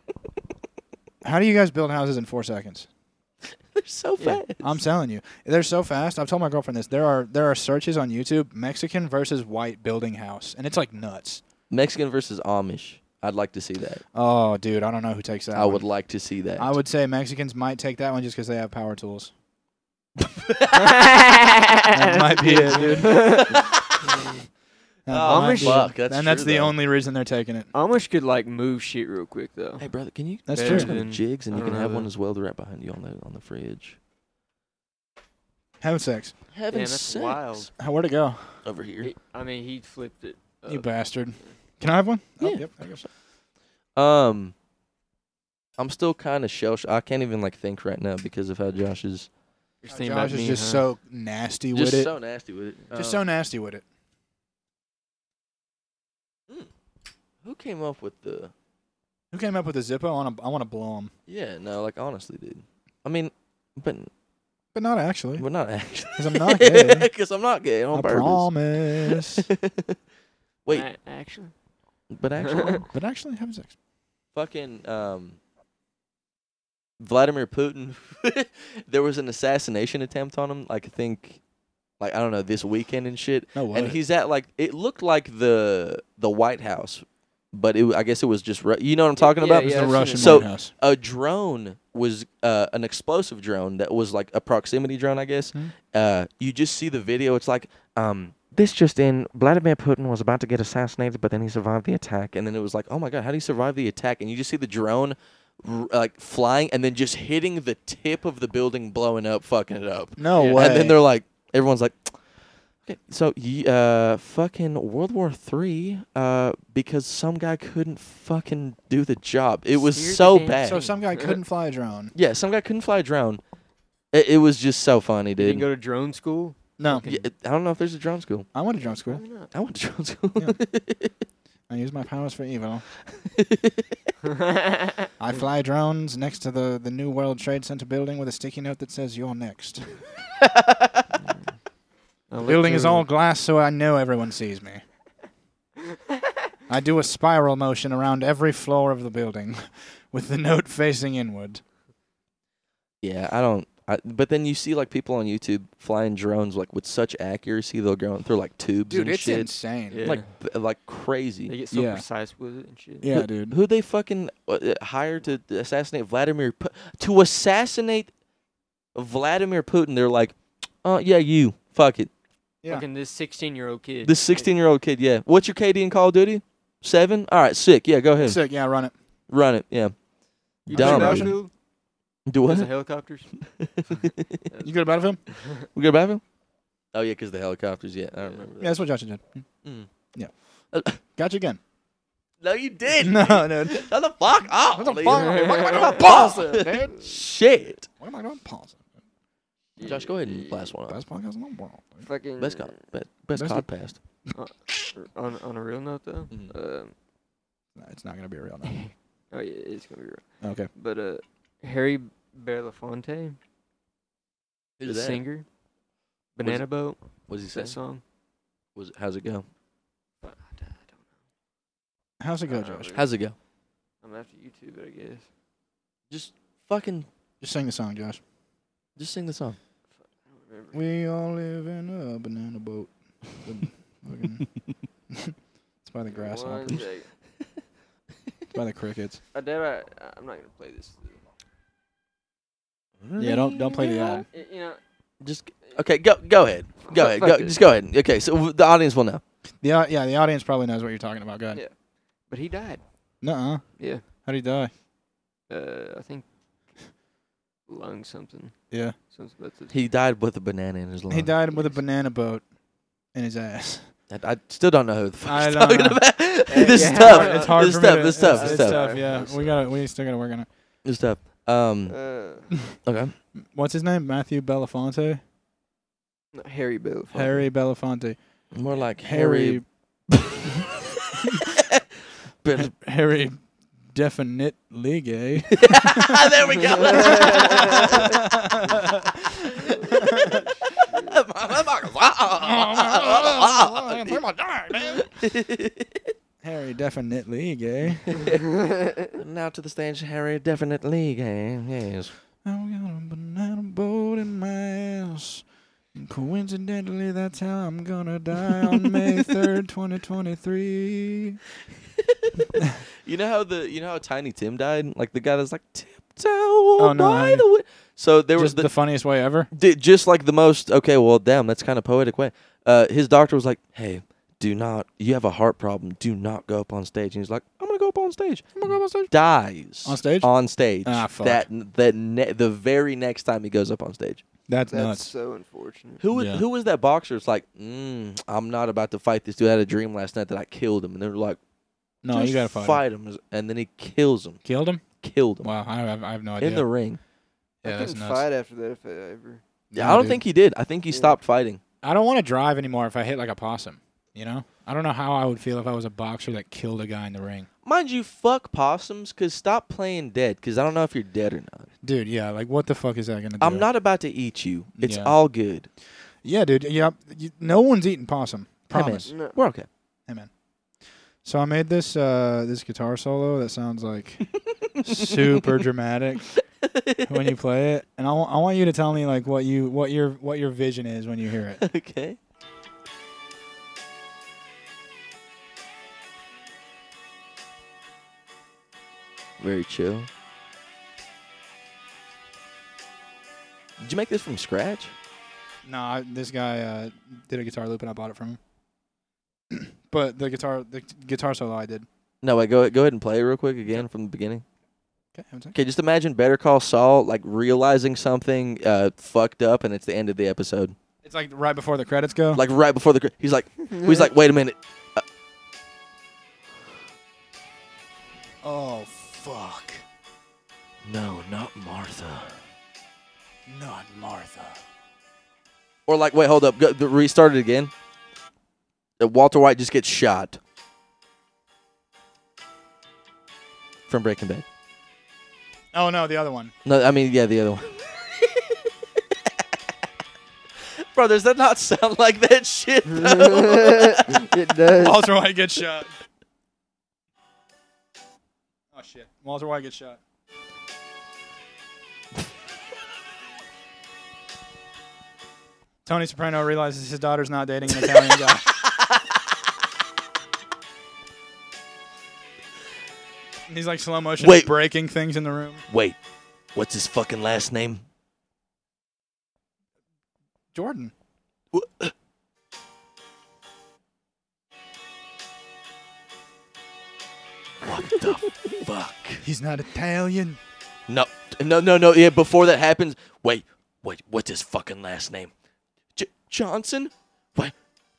[SPEAKER 1] How do you guys build houses in four seconds?
[SPEAKER 2] They're so
[SPEAKER 3] Yeah.
[SPEAKER 2] fast.
[SPEAKER 1] I'm telling you, they're so fast. I've told my girlfriend this. There are there are searches on YouTube: Mexican versus white building house, and it's like nuts.
[SPEAKER 2] Mexican versus Amish. I'd like to see that.
[SPEAKER 1] Oh, dude, I don't know who takes that.
[SPEAKER 2] I
[SPEAKER 1] one.
[SPEAKER 2] would like to see that.
[SPEAKER 1] I would say Mexicans might take that one just because they have power [LAUGHS] tools. That might be it, dude.
[SPEAKER 3] [LAUGHS]
[SPEAKER 1] That
[SPEAKER 2] Oh,
[SPEAKER 1] might be it.
[SPEAKER 2] fuck, that's
[SPEAKER 1] and that's
[SPEAKER 2] true,
[SPEAKER 1] the
[SPEAKER 2] though.
[SPEAKER 1] only reason they're taking it.
[SPEAKER 3] Amish could like move shit real quick though.
[SPEAKER 2] Hey, brother, can you
[SPEAKER 1] That's
[SPEAKER 3] Yeah.
[SPEAKER 1] true.
[SPEAKER 2] There's one
[SPEAKER 3] Then-
[SPEAKER 2] jigs, and
[SPEAKER 3] I
[SPEAKER 2] you can
[SPEAKER 3] don't
[SPEAKER 2] have
[SPEAKER 3] know
[SPEAKER 2] one
[SPEAKER 3] then.
[SPEAKER 2] as well right behind you on the on the fridge.
[SPEAKER 1] Having sex.
[SPEAKER 2] Having
[SPEAKER 3] that's
[SPEAKER 2] sex
[SPEAKER 3] wild.
[SPEAKER 1] How- Where'd it go?
[SPEAKER 2] over here.
[SPEAKER 3] He- I mean, he flipped it.
[SPEAKER 1] You
[SPEAKER 3] up.
[SPEAKER 1] bastard. Can I have one? Oh,
[SPEAKER 2] Yeah,
[SPEAKER 1] yep. there you go.
[SPEAKER 2] Um, I'm still kind of shell. I can't even like think right now because of how Josh is
[SPEAKER 3] You're
[SPEAKER 1] Oh,
[SPEAKER 3] thinking about
[SPEAKER 1] Josh is
[SPEAKER 3] me,
[SPEAKER 1] just
[SPEAKER 3] huh?
[SPEAKER 1] so nasty
[SPEAKER 2] just
[SPEAKER 1] with it.
[SPEAKER 2] so oh. nasty with it. Um,
[SPEAKER 1] just so nasty with it.
[SPEAKER 2] Who came up with the?
[SPEAKER 1] Who came up with the Zippo? I want to. I want to blow him,
[SPEAKER 2] Yeah, no, like honestly, dude. I mean, but
[SPEAKER 1] but not actually.
[SPEAKER 2] we're not actually.
[SPEAKER 1] 'Cause
[SPEAKER 2] [LAUGHS]
[SPEAKER 1] I'm not gay.
[SPEAKER 2] Because I'm not gay on
[SPEAKER 1] I
[SPEAKER 2] purpose.
[SPEAKER 1] promise.
[SPEAKER 2] [LAUGHS] Wait,
[SPEAKER 3] A- actually,
[SPEAKER 2] but
[SPEAKER 1] [LAUGHS]
[SPEAKER 3] [LAUGHS]
[SPEAKER 2] actually,
[SPEAKER 1] but actually, having sex.
[SPEAKER 2] fucking um, Vladimir Putin. [LAUGHS] there was an assassination attempt on him. Like I think, like I don't know, this weekend and shit.
[SPEAKER 1] No way.
[SPEAKER 2] And he's at like it looked like the the White House, but it I guess it was just Ru- you know what I'm talking
[SPEAKER 3] Yeah,
[SPEAKER 2] about.
[SPEAKER 1] It's
[SPEAKER 3] yeah.
[SPEAKER 1] the
[SPEAKER 3] I've seen
[SPEAKER 1] Russian
[SPEAKER 3] it.
[SPEAKER 2] So-
[SPEAKER 1] White House.
[SPEAKER 2] A drone was uh, an explosive drone that was like a proximity drone, I guess.
[SPEAKER 1] Hmm.
[SPEAKER 2] Uh, you just see the video. It's like um, this just in: Vladimir Putin was about to get assassinated, but then he survived the attack. And then it was like, oh my god, how do you survive the attack? And you just see the drone. r- Like flying and then just hitting the tip of the building, blowing up, fucking it up.
[SPEAKER 1] No
[SPEAKER 3] Yeah.
[SPEAKER 1] way.
[SPEAKER 2] And then they're like, everyone's like, okay, so y- uh, fucking World War Three, uh, because some guy couldn't fucking do the job. It was
[SPEAKER 3] Steer the
[SPEAKER 2] so
[SPEAKER 3] damn
[SPEAKER 2] bad.
[SPEAKER 1] so some guy couldn't fly a drone.
[SPEAKER 2] yeah, some guy couldn't fly a drone. It, it was just so funny,
[SPEAKER 3] you didn't
[SPEAKER 2] dude.
[SPEAKER 3] go to drone school.
[SPEAKER 1] No,
[SPEAKER 2] Yeah, it- I don't know if there's a drone school.
[SPEAKER 1] I went to drone school.
[SPEAKER 3] Probably not.
[SPEAKER 2] I went to [LAUGHS] drone
[SPEAKER 3] [LAUGHS]
[SPEAKER 2] school.
[SPEAKER 1] I use my powers for evil.
[SPEAKER 3] [LAUGHS]
[SPEAKER 1] I fly drones next to the, the New World Trade Center building with a sticky note that says, You're next.
[SPEAKER 3] I looked
[SPEAKER 1] building is
[SPEAKER 3] through-
[SPEAKER 1] all [LAUGHS] glass, so I know everyone sees me. I do a spiral motion around every floor of the building [LAUGHS] with the note facing inward.
[SPEAKER 2] Yeah, I don't. I, but then you see like people on YouTube flying drones like with such accuracy, they'll go through like tubes
[SPEAKER 1] Dude,
[SPEAKER 2] and
[SPEAKER 1] it's
[SPEAKER 2] shit,
[SPEAKER 1] insane.
[SPEAKER 3] Yeah.
[SPEAKER 2] like b- like
[SPEAKER 3] They
[SPEAKER 2] crazy.
[SPEAKER 3] get so
[SPEAKER 1] Yeah.
[SPEAKER 3] precise with it and shit.
[SPEAKER 1] Yeah,
[SPEAKER 2] [LAUGHS]
[SPEAKER 1] dude.
[SPEAKER 2] Who they fucking uh, uh, hired to assassinate Vladimir Pu- to assassinate Vladimir Putin? They're like, uh, yeah, you fuck it.
[SPEAKER 1] Yeah.
[SPEAKER 3] Fucking this 16 year old kid.
[SPEAKER 2] This sixteen-year-old kid, yeah. What's your KD in Call of Duty? Seven. All right, sick. Yeah, go ahead,
[SPEAKER 1] Sick, yeah, run it.
[SPEAKER 2] run it. Yeah,
[SPEAKER 3] You
[SPEAKER 2] dumb.
[SPEAKER 3] Dumb. Battlefield?
[SPEAKER 2] do
[SPEAKER 3] What?
[SPEAKER 2] what?
[SPEAKER 3] The [LAUGHS] helicopters.
[SPEAKER 2] [LAUGHS]
[SPEAKER 1] You go to Battlefield?
[SPEAKER 2] we go to Battlefield? Oh yeah, because the helicopters. Yeah, I don't remember.
[SPEAKER 1] Yeah, that's what Josh did.
[SPEAKER 2] That. Mm.
[SPEAKER 1] Got you again.
[SPEAKER 2] No, you did.
[SPEAKER 1] [LAUGHS] No, dude.
[SPEAKER 2] Shut the fuck up.
[SPEAKER 1] What the
[SPEAKER 2] Oh, dude.
[SPEAKER 1] fuck? Why am
[SPEAKER 2] [LAUGHS]
[SPEAKER 1] I
[SPEAKER 2] Pause.
[SPEAKER 1] doing pauses, dude?
[SPEAKER 2] Shit.
[SPEAKER 1] Why am I doing pauses?
[SPEAKER 2] Josh, go ahead and blast one up.
[SPEAKER 1] Best podcast in the world. dude.
[SPEAKER 3] Fucking. uh,
[SPEAKER 2] Best cod, best, best
[SPEAKER 1] Best-
[SPEAKER 2] cod passed.
[SPEAKER 3] On on a real note though.
[SPEAKER 2] Mhm.
[SPEAKER 3] Um.
[SPEAKER 1] Nah, It's not going to be real now.
[SPEAKER 3] Oh yeah, it's gonna be real.
[SPEAKER 1] Okay.
[SPEAKER 3] But uh, Harry Belafonte, the singer, Banana Boat.
[SPEAKER 2] What's he
[SPEAKER 3] That
[SPEAKER 2] saying?
[SPEAKER 3] song.
[SPEAKER 2] Was how's it go?
[SPEAKER 3] But I don't- I don't-
[SPEAKER 1] How's it go,
[SPEAKER 3] I don't
[SPEAKER 1] Josh?
[SPEAKER 3] really-
[SPEAKER 2] How's it go?
[SPEAKER 3] I'm after YouTube, I guess.
[SPEAKER 2] Just fucking
[SPEAKER 1] Just sing the song, Josh.
[SPEAKER 2] just sing the song.
[SPEAKER 3] I don't remember.
[SPEAKER 1] We all live in a banana boat. [LAUGHS] The fucking- it's by the
[SPEAKER 3] Give me one
[SPEAKER 1] grasshoppers. It's
[SPEAKER 3] sec.
[SPEAKER 1] by the crickets.
[SPEAKER 3] I dare I- I- I'm not gonna play this.
[SPEAKER 1] Yeah, don't don't play the uh, ad.
[SPEAKER 3] Y- You know.
[SPEAKER 2] Just okay, go go ahead. Go
[SPEAKER 3] fuck-
[SPEAKER 2] ahead.
[SPEAKER 3] fuck
[SPEAKER 2] Go,
[SPEAKER 3] this.
[SPEAKER 2] just go ahead. Okay, so w- the audience will know.
[SPEAKER 1] The au- yeah, the audience probably knows what you're talking about. Go ahead.
[SPEAKER 3] Yeah. But he died.
[SPEAKER 1] Nuh-uh.
[SPEAKER 3] Yeah.
[SPEAKER 1] How'd he die?
[SPEAKER 3] Uh, I think lung something.
[SPEAKER 1] Yeah.
[SPEAKER 3] Something about [LAUGHS] the
[SPEAKER 2] He [LAUGHS] died with a banana in his lung.
[SPEAKER 1] He died with a banana boat in his ass.
[SPEAKER 2] I, I still don't know who the fuck
[SPEAKER 1] I
[SPEAKER 2] he's
[SPEAKER 1] don't
[SPEAKER 2] talking
[SPEAKER 1] know.
[SPEAKER 2] about. [LAUGHS] this is
[SPEAKER 3] yeah. Uh,
[SPEAKER 2] tough.
[SPEAKER 1] It's hard
[SPEAKER 2] this
[SPEAKER 1] for
[SPEAKER 2] is
[SPEAKER 1] me
[SPEAKER 2] tough.
[SPEAKER 1] to-
[SPEAKER 2] This is tough.
[SPEAKER 1] It's,
[SPEAKER 2] This
[SPEAKER 1] it's
[SPEAKER 2] is tough.
[SPEAKER 1] tough. Yeah, we got to we still got to work on it.
[SPEAKER 2] This is tough. Um,
[SPEAKER 3] Uh,
[SPEAKER 2] okay.
[SPEAKER 1] What's his name? Matthew Belafonte?
[SPEAKER 3] no, Harry Belafonte.
[SPEAKER 1] Harry Belafonte.
[SPEAKER 2] More like Harry. [LAUGHS]
[SPEAKER 1] Harry. [LAUGHS] Harry
[SPEAKER 2] [LAUGHS]
[SPEAKER 1] definitely gay.
[SPEAKER 2] there we
[SPEAKER 1] [LAUGHS]
[SPEAKER 2] go. [LAUGHS]
[SPEAKER 1] Harry definitely gay.
[SPEAKER 2] now to the stage, Harry. Definitely gay. Yes.
[SPEAKER 1] I'm gonna banana boat in my ass. And Coincidentally, that's how I'm gonna die
[SPEAKER 2] [LAUGHS]
[SPEAKER 1] on May 3rd, 2023.
[SPEAKER 2] You know how the you know how Tiny Tim died? Like the guy that's like tiptoe
[SPEAKER 1] Oh, no,
[SPEAKER 2] by
[SPEAKER 1] I-
[SPEAKER 2] the way. So there was
[SPEAKER 1] Just
[SPEAKER 2] the,
[SPEAKER 1] the, funniest way ever.
[SPEAKER 2] di- just like the most okay. Well, damn, that's kind of poetic way. Uh, his doctor was like, "Hey, do not. You have a heart problem. Do not go up on stage." And he's like, "I'm gonna go up on stage." I'm gonna go up on stage. Dies
[SPEAKER 1] On stage?
[SPEAKER 2] On stage.
[SPEAKER 1] Ah, fuck.
[SPEAKER 2] That that ne- the very next time he goes up on stage.
[SPEAKER 1] That's,
[SPEAKER 3] That's
[SPEAKER 1] nuts.
[SPEAKER 3] so unfortunate.
[SPEAKER 2] Who was,
[SPEAKER 1] Yeah.
[SPEAKER 2] who was that boxer? It's like, mm, I'm not about to fight this dude. I had a dream last night that I killed him, and they're like,
[SPEAKER 1] no,
[SPEAKER 2] "Just
[SPEAKER 1] you gotta fight. him.
[SPEAKER 2] him. And then he kills him.
[SPEAKER 1] Killed him?
[SPEAKER 2] Killed him
[SPEAKER 1] Wow, I have, I have no idea.
[SPEAKER 2] in the ring.
[SPEAKER 1] yeah,
[SPEAKER 3] I
[SPEAKER 1] that's
[SPEAKER 3] couldn't
[SPEAKER 1] nuts.
[SPEAKER 3] fight after that if I ever.
[SPEAKER 2] Yeah, I don't
[SPEAKER 1] dude.
[SPEAKER 2] think he did. I think he
[SPEAKER 3] Yeah.
[SPEAKER 2] stopped fighting.
[SPEAKER 1] I don't want to drive anymore if I hit like a possum. You know, I don't know how I would feel if I was a boxer that killed a guy in the ring.
[SPEAKER 2] Mind you, fuck possums, cause stop playing dead, cause I don't know if you're dead or not.
[SPEAKER 1] Dude, yeah, like what the fuck is that gonna do?
[SPEAKER 2] I'm not about to eat you. It's
[SPEAKER 1] Yeah.
[SPEAKER 2] all good.
[SPEAKER 1] Yeah, dude. Yeah, you, no one's eating possum.
[SPEAKER 2] Hey, man.
[SPEAKER 1] Promise.
[SPEAKER 3] No.
[SPEAKER 2] We're okay. [LAUGHS]
[SPEAKER 1] So I made this uh, this guitar solo that sounds [LAUGHS] like super [LAUGHS] dramatic when you play it, and I wa- I want you to tell me like what you what your what your vision is when you hear [LAUGHS] it.
[SPEAKER 2] okay. Very chill. Did you make this from scratch?
[SPEAKER 1] No, I, this guy uh, did a guitar loop and I bought it from him. [CLEARS THROAT] but the guitar the guitar solo I did.
[SPEAKER 2] No, wait. Go go ahead and play it real quick again from the beginning.
[SPEAKER 1] Okay, one sec.
[SPEAKER 2] Okay, just imagine Better Call Saul like realizing something uh, fucked up, and it's the end of the episode.
[SPEAKER 1] It's like right before the credits go.
[SPEAKER 2] Like right before the cre- he's like he's like wait a minute.
[SPEAKER 1] Oh fuck.
[SPEAKER 2] No, not Martha.
[SPEAKER 1] Not Martha.
[SPEAKER 2] Or like wait hold up go, restart it again. Uh, Walter White just gets shot from Breaking Bad.
[SPEAKER 1] Oh no, the other one.
[SPEAKER 2] No, I mean yeah the other one. [LAUGHS] Bro, does that not sound like that shit?
[SPEAKER 3] it does.
[SPEAKER 1] Walter White gets shot. Oh shit. Walter White gets shot. Tony Soprano realizes his daughter's not dating an Italian [LAUGHS] guy. And He's like slow motion
[SPEAKER 2] Wait.
[SPEAKER 1] breaking things in the room.
[SPEAKER 2] Wait, what's his fucking last name?
[SPEAKER 1] Jordan.
[SPEAKER 2] What the [LAUGHS] fuck?
[SPEAKER 1] He's not [LAUGHS] Italian.
[SPEAKER 2] No, no, no, no. Yeah, before that happens, wait, wait. What's his fucking last name? J- Johnson? What?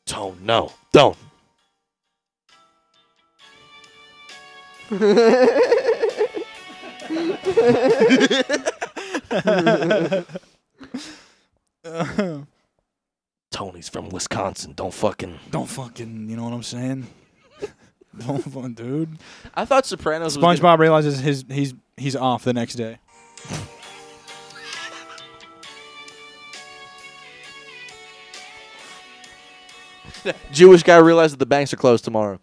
[SPEAKER 2] Tone? No, don't.
[SPEAKER 1] Don't
[SPEAKER 2] Tony's from Wisconsin. Don't fucking.
[SPEAKER 1] fucking, you know what I'm [LAUGHS] saying? Don't fucking, dude.
[SPEAKER 2] I thought Sopranos. was
[SPEAKER 1] SpongeBob realizes his he's he's off the next day.
[SPEAKER 2] gonna- Jewish guy realized that the banks are closed tomorrow.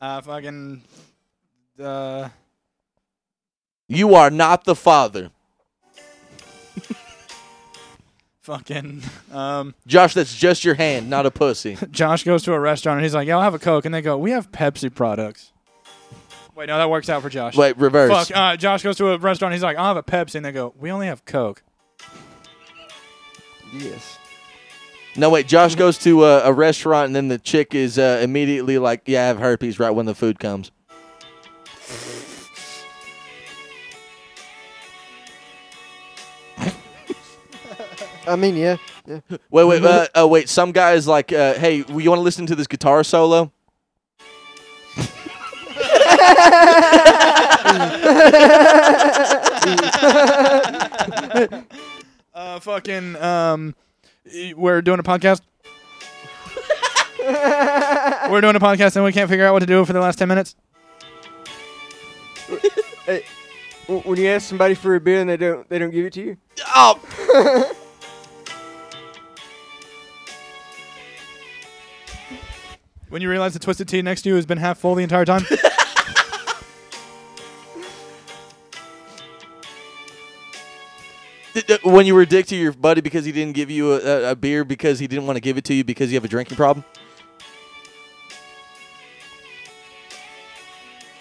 [SPEAKER 1] Uh, fucking. Uh,
[SPEAKER 2] You are not the father,
[SPEAKER 1] fucking. Um,
[SPEAKER 2] Josh. That's just your hand, not a
[SPEAKER 1] [LAUGHS]
[SPEAKER 2] pussy.
[SPEAKER 1] Josh goes to a restaurant and he's like, "Yeah, I'll have a Coke," and they go, "We have Pepsi products." Wait, no, that works out for Josh.
[SPEAKER 2] Wait, reverse.
[SPEAKER 1] Fuck. Uh, Josh goes to a restaurant. He's like, "I'll have a Pepsi," and they go, "We only have Coke."
[SPEAKER 3] yes.
[SPEAKER 2] No, wait. Josh goes to a, a restaurant, and then the chick is uh, immediately like, "Yeah, I have herpes." Right when the food comes.
[SPEAKER 3] I mean, yeah. Yeah.
[SPEAKER 2] Wait, wait,
[SPEAKER 1] Mm-hmm.
[SPEAKER 2] uh, oh, wait. Some guy's like, uh, "Hey, you want to listen to this guitar solo?"
[SPEAKER 1] uh, fucking um, y- we're doing a podcast. we're doing a podcast and we can't figure out what to do for the last ten minutes.
[SPEAKER 3] W- When you ask somebody for a beer and they don't, they don't give it to you.
[SPEAKER 2] Oh.
[SPEAKER 1] When you realize the twisted tea next to you has been half full the entire time.
[SPEAKER 2] Th- th- When you were a dick to your buddy because he didn't give you a, a, a beer because he didn't want to give it to you because you have a drinking problem?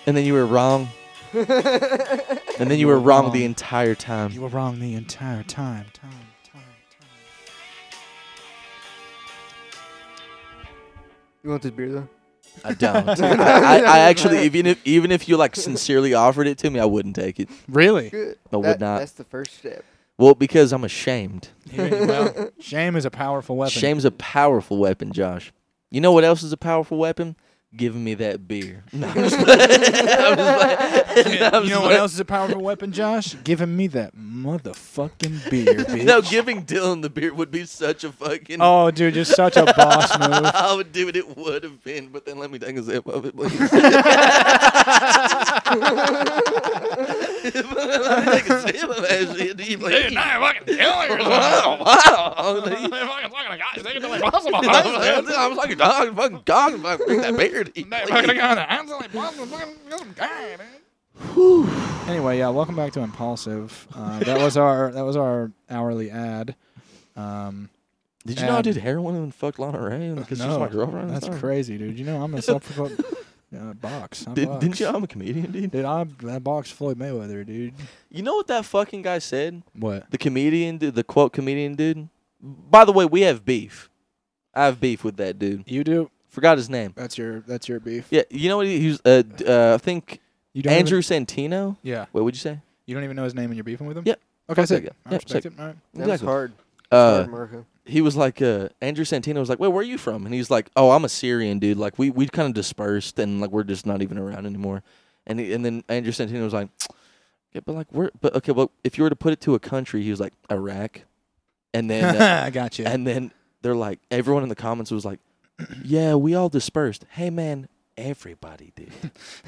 [SPEAKER 2] And then you were wrong. and then you were wrong the entire time.
[SPEAKER 1] you were wrong the entire time. Time. Time.
[SPEAKER 3] You want this beer though?
[SPEAKER 2] I don't. [LAUGHS] I, I, I actually, even if even if you like sincerely offered it to me, I wouldn't take it.
[SPEAKER 1] Really?
[SPEAKER 3] Good.
[SPEAKER 2] I would
[SPEAKER 3] That-
[SPEAKER 2] not.
[SPEAKER 3] That's the first step.
[SPEAKER 2] Well, because I'm ashamed.
[SPEAKER 1] well, shame is a powerful weapon.
[SPEAKER 2] Shame's a powerful weapon, Josh. You know what else is a powerful weapon? Giving me that beer. [LAUGHS] No, I'm just playing. I'm just playing. No, I'm just
[SPEAKER 1] you know what
[SPEAKER 2] playing.
[SPEAKER 1] else is a powerful weapon, Josh? Giving me that
[SPEAKER 2] [LAUGHS]
[SPEAKER 1] motherfucking beer, bitch.
[SPEAKER 2] No, giving Dylan the beer would be such a fucking.
[SPEAKER 1] Oh, dude, just such a boss move.
[SPEAKER 2] I would do it. It would have been, but then let me take a sip of [LAUGHS] it, please. let me take a sip of that shit. Do you believe- Wow, wow. [LAUGHS] I was like a dog, fucking dog, if I drink that beer. do you believe?
[SPEAKER 1] Anyway, yeah, welcome back to Impulsive. Uh, that was our that was our hourly
[SPEAKER 2] [LAUGHS]
[SPEAKER 1] ad. Um,
[SPEAKER 2] Did you know I
[SPEAKER 1] And-
[SPEAKER 2] did heroin and fucked Lana Ray because she was
[SPEAKER 1] no,
[SPEAKER 2] my girlfriend?
[SPEAKER 1] That's
[SPEAKER 2] crazy.
[SPEAKER 1] crazy, dude. You know I'm a self
[SPEAKER 2] [LAUGHS]
[SPEAKER 1] uh, box. I
[SPEAKER 2] Did,
[SPEAKER 1] box.
[SPEAKER 2] didn't you? know I'm a comedian, dude.
[SPEAKER 1] Dude, I, I boxed Floyd Mayweather, dude.
[SPEAKER 2] You know what that fucking guy said?
[SPEAKER 1] What?
[SPEAKER 2] The comedian, dude, the quote comedian dude. By the way, we have beef. I have beef with that dude.
[SPEAKER 1] You do?
[SPEAKER 2] Forgot his name.
[SPEAKER 1] That's your that's your beef.
[SPEAKER 2] Yeah, you know what he, he was? Uh, d- uh, I think
[SPEAKER 1] You don't
[SPEAKER 2] Andrew
[SPEAKER 1] Even,
[SPEAKER 2] Santino.
[SPEAKER 1] yeah.
[SPEAKER 2] What would you say?
[SPEAKER 1] You don't even know his name, and you're beefing with him.
[SPEAKER 2] Yeah.
[SPEAKER 1] Okay,
[SPEAKER 2] Fuck
[SPEAKER 1] sick.
[SPEAKER 2] that guy.
[SPEAKER 1] I
[SPEAKER 2] Yeah,
[SPEAKER 1] respect
[SPEAKER 2] sick.
[SPEAKER 1] it. All right.
[SPEAKER 3] That was hard.
[SPEAKER 2] Uh,
[SPEAKER 3] hard, Marco.
[SPEAKER 2] he was like uh, Andrew Santino was like, "Wait, where are you from?" And he's like, "Oh, I'm a Syrian dude. Like we we kind of dispersed and like we're just not even around anymore." And he, and then Andrew Santino was like, "Yeah, but like we're but okay, well if you were to put it to a country, he was like Iraq." And then
[SPEAKER 1] [LAUGHS]
[SPEAKER 2] uh,
[SPEAKER 1] I got you.
[SPEAKER 2] and then they're like everyone in the comments was like, "Yeah, we all dispersed." Hey man, everybody
[SPEAKER 1] [LAUGHS]
[SPEAKER 2] did.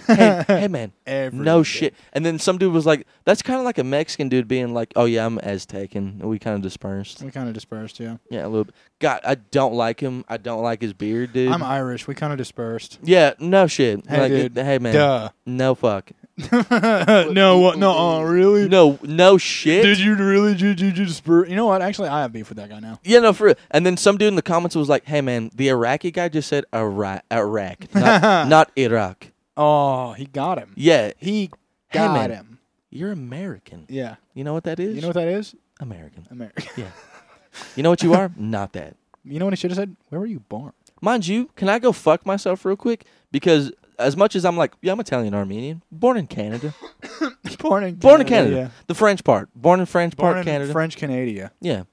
[SPEAKER 2] hey, hey man,
[SPEAKER 1] Every
[SPEAKER 2] no
[SPEAKER 1] day.
[SPEAKER 2] shit. And then some dude was like, "That's kind of like a Mexican dude being like, oh yeah, I'm Aztecan." And we kind of dispersed.
[SPEAKER 1] We kind of dispersed, yeah.
[SPEAKER 2] Yeah, a little. Bit. God, I don't like him. I don't like his beard, dude.
[SPEAKER 1] I'm Irish. We kind of dispersed. [LAUGHS]
[SPEAKER 2] yeah, no shit.
[SPEAKER 1] Hey,
[SPEAKER 2] like,
[SPEAKER 1] dude.
[SPEAKER 2] it- hey man,
[SPEAKER 1] Duh.
[SPEAKER 2] no fuck,
[SPEAKER 1] [LAUGHS] no, what? No, uh, really?
[SPEAKER 2] no, no shit.
[SPEAKER 1] Did you really? Did you just? bur- You know what? Actually, I have beef with that guy now.
[SPEAKER 2] Yeah, no, for real. And then some dude in the comments was like, "Hey, man, the Iraqi guy just said Iraq, Iraq,
[SPEAKER 1] [LAUGHS]
[SPEAKER 2] not, not Iraq."
[SPEAKER 1] Oh, he got him.
[SPEAKER 2] Yeah,
[SPEAKER 1] He
[SPEAKER 2] Hey,
[SPEAKER 1] got
[SPEAKER 2] man.
[SPEAKER 1] him.
[SPEAKER 2] You're American.
[SPEAKER 1] Yeah.
[SPEAKER 2] You know what that is?
[SPEAKER 1] You know what that is?
[SPEAKER 2] American.
[SPEAKER 1] America.
[SPEAKER 2] You know what you are? Not that.
[SPEAKER 1] [LAUGHS] You know what he should have said? Where were you born? [LAUGHS]
[SPEAKER 2] Mind you, can I go fuck myself real quick? Because as much as I'm like, yeah, I'm Italian Armenian, born in
[SPEAKER 1] [LAUGHS]
[SPEAKER 2] Canada,
[SPEAKER 1] born in
[SPEAKER 2] born in Canada,
[SPEAKER 1] Yeah.
[SPEAKER 2] the French part, born in French
[SPEAKER 1] Born
[SPEAKER 2] part,
[SPEAKER 1] in
[SPEAKER 2] Canada.
[SPEAKER 1] French Canada.
[SPEAKER 2] yeah,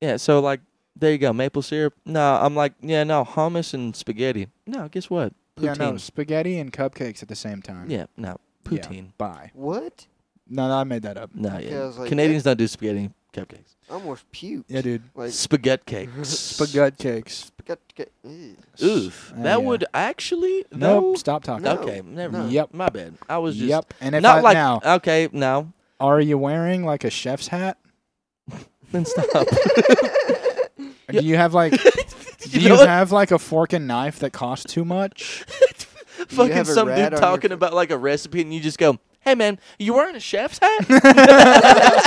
[SPEAKER 2] yeah. So like, there you go, maple syrup. No, I'm like, yeah, no, hummus and spaghetti. No, guess what?
[SPEAKER 1] Yeah,
[SPEAKER 2] Poutine.
[SPEAKER 1] no, spaghetti and cupcakes at the same time.
[SPEAKER 2] Yeah, no,
[SPEAKER 1] Yeah,
[SPEAKER 2] poutine.
[SPEAKER 1] Bye.
[SPEAKER 3] What?
[SPEAKER 1] No, no, I made that up.
[SPEAKER 2] No,
[SPEAKER 3] Okay,
[SPEAKER 2] yeah.
[SPEAKER 3] I was like,
[SPEAKER 2] Canadians don't do spaghetti and cupcakes.
[SPEAKER 3] I almost puked.
[SPEAKER 1] Yeah, dude. [LAUGHS]
[SPEAKER 3] Like,
[SPEAKER 2] Spaghetti cakes.
[SPEAKER 1] Spaghetti cakes.
[SPEAKER 3] got to get. ew.
[SPEAKER 2] Oof.
[SPEAKER 1] Uh,
[SPEAKER 2] that
[SPEAKER 1] yeah.
[SPEAKER 2] would actually.
[SPEAKER 1] Nope.
[SPEAKER 2] though-
[SPEAKER 1] Stop talking.
[SPEAKER 3] No.
[SPEAKER 2] Okay, never
[SPEAKER 3] No.
[SPEAKER 2] mind.
[SPEAKER 1] Yep.
[SPEAKER 2] My bad. I was just
[SPEAKER 1] Yep. And if
[SPEAKER 2] not
[SPEAKER 1] I,
[SPEAKER 2] like
[SPEAKER 1] now,
[SPEAKER 2] okay, no.
[SPEAKER 1] are you wearing like a chef's hat?
[SPEAKER 2] Then
[SPEAKER 1] [LAUGHS]
[SPEAKER 2] stop.
[SPEAKER 1] Or
[SPEAKER 2] Yeah.
[SPEAKER 1] Do you
[SPEAKER 2] [LAUGHS]
[SPEAKER 1] have like? do
[SPEAKER 2] know
[SPEAKER 1] you
[SPEAKER 2] what?
[SPEAKER 1] have like a fork and knife that costs too
[SPEAKER 2] [LAUGHS]
[SPEAKER 1] much?
[SPEAKER 2] Fucking
[SPEAKER 3] have a
[SPEAKER 2] some
[SPEAKER 3] rat on
[SPEAKER 2] dude
[SPEAKER 3] your
[SPEAKER 2] talking
[SPEAKER 3] foot.
[SPEAKER 2] about like a recipe and you just go, "Hey man, you wearing a chef's hat?"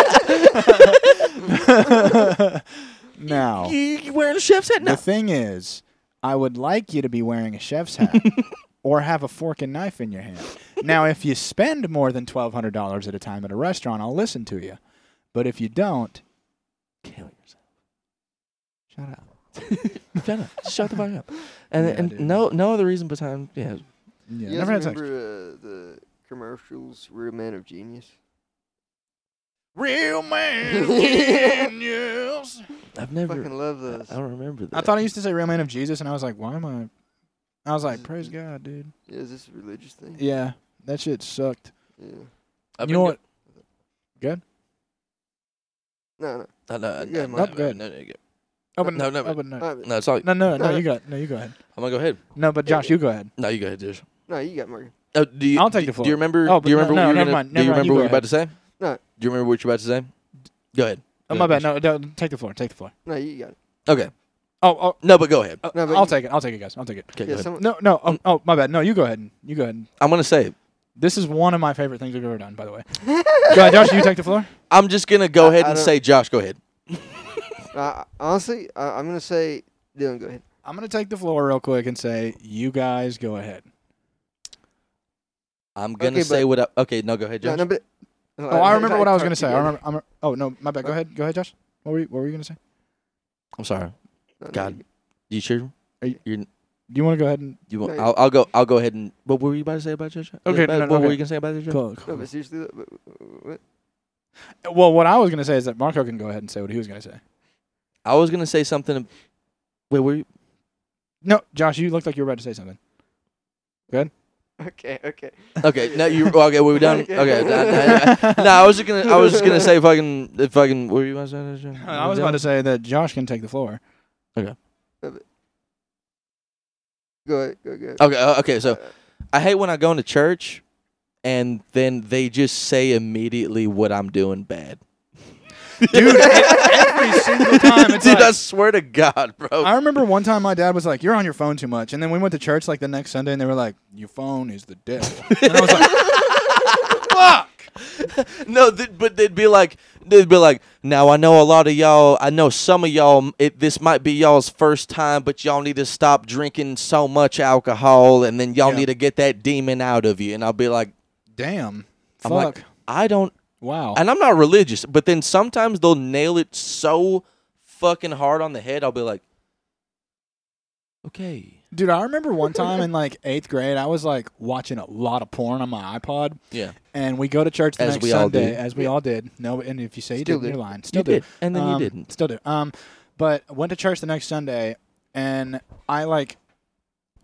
[SPEAKER 1] now,
[SPEAKER 2] you, you wearing a chef's hat?
[SPEAKER 1] the
[SPEAKER 2] No.
[SPEAKER 1] thing is, I would like you to be wearing a chef's
[SPEAKER 2] [LAUGHS]
[SPEAKER 1] hat or have a fork and knife in your hand. Now, if you spend more than twelve hundred dollars at a time at a restaurant, I'll listen to you. But if
[SPEAKER 2] [LAUGHS]
[SPEAKER 1] you don't,
[SPEAKER 2] Kill yourself.
[SPEAKER 1] shut up.
[SPEAKER 2] Shut up. Shut the fuck up. And,
[SPEAKER 1] Yeah,
[SPEAKER 2] and
[SPEAKER 1] dude.
[SPEAKER 2] no no other reason besides yeah.
[SPEAKER 1] Yeah,
[SPEAKER 3] you
[SPEAKER 1] never had
[SPEAKER 3] guys
[SPEAKER 1] sex.
[SPEAKER 3] remember uh, the commercials? Real Man of Genius.
[SPEAKER 1] Real man. yes.
[SPEAKER 2] I've never.
[SPEAKER 3] Fucking love
[SPEAKER 2] I
[SPEAKER 3] those.
[SPEAKER 2] I don't remember that.
[SPEAKER 1] I thought I used to say real man of Jesus, and I was like, why am I? I was like, praise God, dude.
[SPEAKER 3] Yeah, is this a religious thing?
[SPEAKER 1] Yeah. That shit sucked.
[SPEAKER 5] Yeah.
[SPEAKER 2] I've been
[SPEAKER 1] you know what?
[SPEAKER 5] No, no.
[SPEAKER 2] go- No, no,
[SPEAKER 5] Yeah,
[SPEAKER 2] no,
[SPEAKER 5] my-
[SPEAKER 2] no,
[SPEAKER 1] Nope, go ahead.
[SPEAKER 2] no, no, no,
[SPEAKER 5] Oh,
[SPEAKER 1] Open,
[SPEAKER 2] No, no, but-
[SPEAKER 1] open, no,
[SPEAKER 5] Uh,
[SPEAKER 2] no, it's all.
[SPEAKER 1] no, no, no.
[SPEAKER 5] no.
[SPEAKER 1] You go. No, you go ahead.
[SPEAKER 2] I'm gonna go ahead.
[SPEAKER 1] No, but Josh, you go ahead.
[SPEAKER 2] No, you go ahead, Dish.
[SPEAKER 5] no, you got Morgan.
[SPEAKER 2] Oh, do you,
[SPEAKER 1] I'll take
[SPEAKER 2] Do
[SPEAKER 1] the
[SPEAKER 2] you
[SPEAKER 1] floor.
[SPEAKER 2] remember?
[SPEAKER 1] Oh,
[SPEAKER 2] do you
[SPEAKER 1] but
[SPEAKER 2] remember what
[SPEAKER 1] no,
[SPEAKER 2] you were
[SPEAKER 1] no, never
[SPEAKER 2] gonna- Do you
[SPEAKER 1] mind, never mind,
[SPEAKER 2] remember
[SPEAKER 1] you
[SPEAKER 2] what
[SPEAKER 1] go
[SPEAKER 2] you were about to say?
[SPEAKER 5] No.
[SPEAKER 2] Do you remember what you were about to say? Go ahead.
[SPEAKER 1] Oh,
[SPEAKER 2] Go
[SPEAKER 1] my bad.
[SPEAKER 2] ahead,
[SPEAKER 1] No, no, take the floor. Take the floor.
[SPEAKER 5] No, you got it.
[SPEAKER 2] Dish. Okay.
[SPEAKER 1] Oh, oh,
[SPEAKER 2] No, but go ahead.
[SPEAKER 1] oh,
[SPEAKER 5] No, but
[SPEAKER 1] I'll
[SPEAKER 5] you- Mm.
[SPEAKER 1] take it. I'll take it, guys. I'll take it.
[SPEAKER 2] Okay,
[SPEAKER 5] Yeah,
[SPEAKER 2] go ahead.
[SPEAKER 5] someone,
[SPEAKER 1] No, no. Oh, oh, my bad. No, you go ahead. You go ahead.
[SPEAKER 2] I'm gonna say.
[SPEAKER 1] This is one of my favorite things we've ever done, by the way.
[SPEAKER 5] [LAUGHS]
[SPEAKER 1] go ahead, Josh. You take the floor.
[SPEAKER 2] I'm just gonna go
[SPEAKER 5] I-
[SPEAKER 2] ahead
[SPEAKER 5] I
[SPEAKER 2] and
[SPEAKER 5] don't-
[SPEAKER 2] say, Josh, go ahead.
[SPEAKER 5] [LAUGHS] uh, honestly, uh, I'm gonna say Dylan. Go ahead.
[SPEAKER 1] [LAUGHS] I'm gonna take the floor real quick and say, you guys go ahead.
[SPEAKER 2] I'm gonna
[SPEAKER 5] Okay,
[SPEAKER 2] say
[SPEAKER 5] but-
[SPEAKER 2] what. I, okay, no, go ahead,
[SPEAKER 5] No,
[SPEAKER 2] Josh.
[SPEAKER 5] no, but, no,
[SPEAKER 1] Oh, I remember what I was
[SPEAKER 5] talked to
[SPEAKER 1] gonna say.
[SPEAKER 5] you
[SPEAKER 1] I
[SPEAKER 5] guys.
[SPEAKER 1] remember. I'm, oh no, my bad. Go ahead. Go ahead, Josh. What were you, what were you gonna say?
[SPEAKER 2] I'm sorry.
[SPEAKER 5] No, no,
[SPEAKER 2] God. You sure?
[SPEAKER 1] Are you-
[SPEAKER 2] You're,
[SPEAKER 1] Do you want to go ahead and
[SPEAKER 2] you want,
[SPEAKER 5] No,
[SPEAKER 2] I'll, I'll go. I'll go ahead and. What were you about to say about Josh?
[SPEAKER 1] Okay,
[SPEAKER 2] About-
[SPEAKER 1] no, no,
[SPEAKER 2] what were
[SPEAKER 1] okay.
[SPEAKER 2] you gonna say about Josh?
[SPEAKER 5] No, but seriously, though, but- what? [LAUGHS]
[SPEAKER 1] Well, what I was gonna say is that Marco can go ahead and say what he was gonna say.
[SPEAKER 2] I was gonna say something. ab-
[SPEAKER 5] [LAUGHS]
[SPEAKER 2] Wait, were you?
[SPEAKER 1] No, Josh, you looked like you were about to say something.
[SPEAKER 5] okay, okay.
[SPEAKER 2] Okay, no, you. Okay, we were done. Okay,
[SPEAKER 5] Okay.
[SPEAKER 2] I- I-
[SPEAKER 1] [LAUGHS]
[SPEAKER 2] I- no, I was just gonna. I was
[SPEAKER 5] [LAUGHS]
[SPEAKER 2] just gonna say fucking. If fucking. Were you about to say? Josh?
[SPEAKER 1] I was about to say that Josh can take the floor.
[SPEAKER 5] Go ahead, go,
[SPEAKER 1] Oh,
[SPEAKER 5] go.
[SPEAKER 2] Okay, uh, okay. So
[SPEAKER 5] Uh,
[SPEAKER 2] I hate when I go into church, and then they just say immediately what I'm doing bad.
[SPEAKER 1] Dude, e-,
[SPEAKER 2] [LAUGHS]
[SPEAKER 1] every single time it's
[SPEAKER 2] Dude,
[SPEAKER 1] like-
[SPEAKER 2] I swear to God, bro.
[SPEAKER 1] I remember one time my dad was like, "You're on your phone too much," and then we went to church like the next Sunday, and they were like, "Your phone is
[SPEAKER 2] [LAUGHS]
[SPEAKER 1] the devil." and I was like,
[SPEAKER 2] [LAUGHS] No, th- but they'd be like, they'd be like, now I know a lot of y'all. I know some of y'all. It, this might be y'all's first time, but y'all need to stop drinking so much alcohol, and then y'all
[SPEAKER 1] Yeah.
[SPEAKER 2] need to get that demon out of you. And I'll be like,
[SPEAKER 1] "Damn,
[SPEAKER 2] I'm
[SPEAKER 1] fuck,
[SPEAKER 2] like, I don't,
[SPEAKER 1] wow."
[SPEAKER 2] and I'm not religious, but then sometimes they'll nail it so fucking hard on the head. I'll be like, okay,
[SPEAKER 1] Dude, I remember one time in like eighth grade, I was like watching a lot of porn on my iPod,
[SPEAKER 2] yeah,
[SPEAKER 1] and we go to church the
[SPEAKER 2] As
[SPEAKER 1] next
[SPEAKER 2] we all
[SPEAKER 1] Sunday,
[SPEAKER 2] did.
[SPEAKER 1] as we all did. No, and if you say you
[SPEAKER 5] Still
[SPEAKER 1] didn't,
[SPEAKER 5] did.
[SPEAKER 1] you're lying. Still
[SPEAKER 2] you
[SPEAKER 1] do.
[SPEAKER 2] did, and then
[SPEAKER 1] Um,
[SPEAKER 2] you didn't.
[SPEAKER 1] Still do. Um, but I went to church the next Sunday, and I like,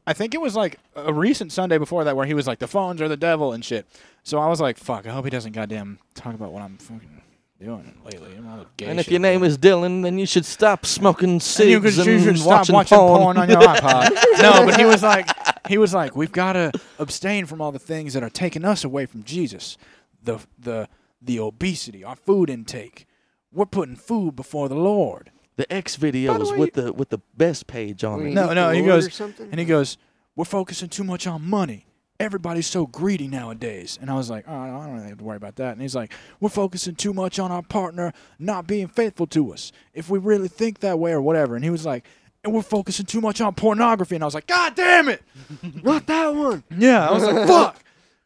[SPEAKER 1] I think it was like a recent Sunday before that where he was like, "The phones are the devil" and shit. So I was like, "Fuck! I hope he doesn't goddamn talk about what I'm fucking doing lately." I'm all the gay
[SPEAKER 2] And if
[SPEAKER 1] shit
[SPEAKER 2] your name
[SPEAKER 1] doing."
[SPEAKER 2] is Dylan, then you should stop smoking
[SPEAKER 1] and you,
[SPEAKER 2] cigs
[SPEAKER 1] could,
[SPEAKER 2] and,
[SPEAKER 1] you should stop
[SPEAKER 2] watching,
[SPEAKER 1] watching,
[SPEAKER 2] porn.
[SPEAKER 1] porn. on
[SPEAKER 2] [LAUGHS]
[SPEAKER 1] your iPod. no, but he was like, he was like, we've got to abstain from all the things that are taking us away from Jesus, the the the obesity, our food intake. We're putting food before the Lord.
[SPEAKER 2] the X videos
[SPEAKER 5] way-
[SPEAKER 2] with the with the best page on
[SPEAKER 5] we
[SPEAKER 2] it.
[SPEAKER 1] No,
[SPEAKER 5] need
[SPEAKER 1] no,
[SPEAKER 5] the
[SPEAKER 1] he
[SPEAKER 5] Lord
[SPEAKER 1] goes-
[SPEAKER 5] or something?
[SPEAKER 1] And he goes, We're focusing too much on money. Everybody's so greedy nowadays. And I was like, oh, I don't really have to worry about that. And he's like, We're focusing too much on our partner not being faithful to us. If we really think that way or whatever. And he was like, And we're focusing too much on pornography. And I was like, God damn it.
[SPEAKER 5] [LAUGHS] not that one.
[SPEAKER 1] Yeah. I was
[SPEAKER 5] [LAUGHS]
[SPEAKER 1] like, Fuck.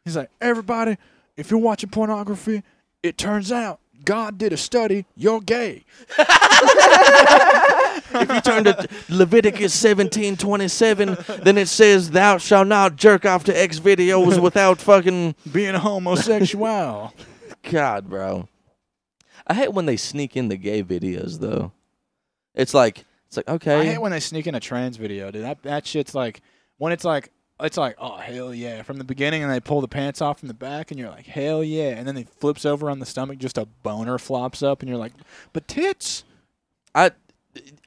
[SPEAKER 1] He's like, Everybody, if you're watching pornography, it turns out God did a study. You're gay.
[SPEAKER 2] If you turn
[SPEAKER 1] [LAUGHS]
[SPEAKER 2] to Leviticus seventeen twenty seven, then it says, "Thou shalt not jerk off to X videos without fucking
[SPEAKER 1] Being
[SPEAKER 5] [LAUGHS]
[SPEAKER 1] a homosexual.
[SPEAKER 2] God, bro." I hate when they sneak in the gay videos, though. It's like it's like
[SPEAKER 1] I
[SPEAKER 2] okay,
[SPEAKER 1] hate when they sneak in a trans video, dude. That that shit's like when it's like it's like oh hell yeah from the beginning, and they pull the pants off from the back, and you're like hell yeah, and then they flips over on the stomach, just a boner flops up, and you're like, but tits.
[SPEAKER 2] I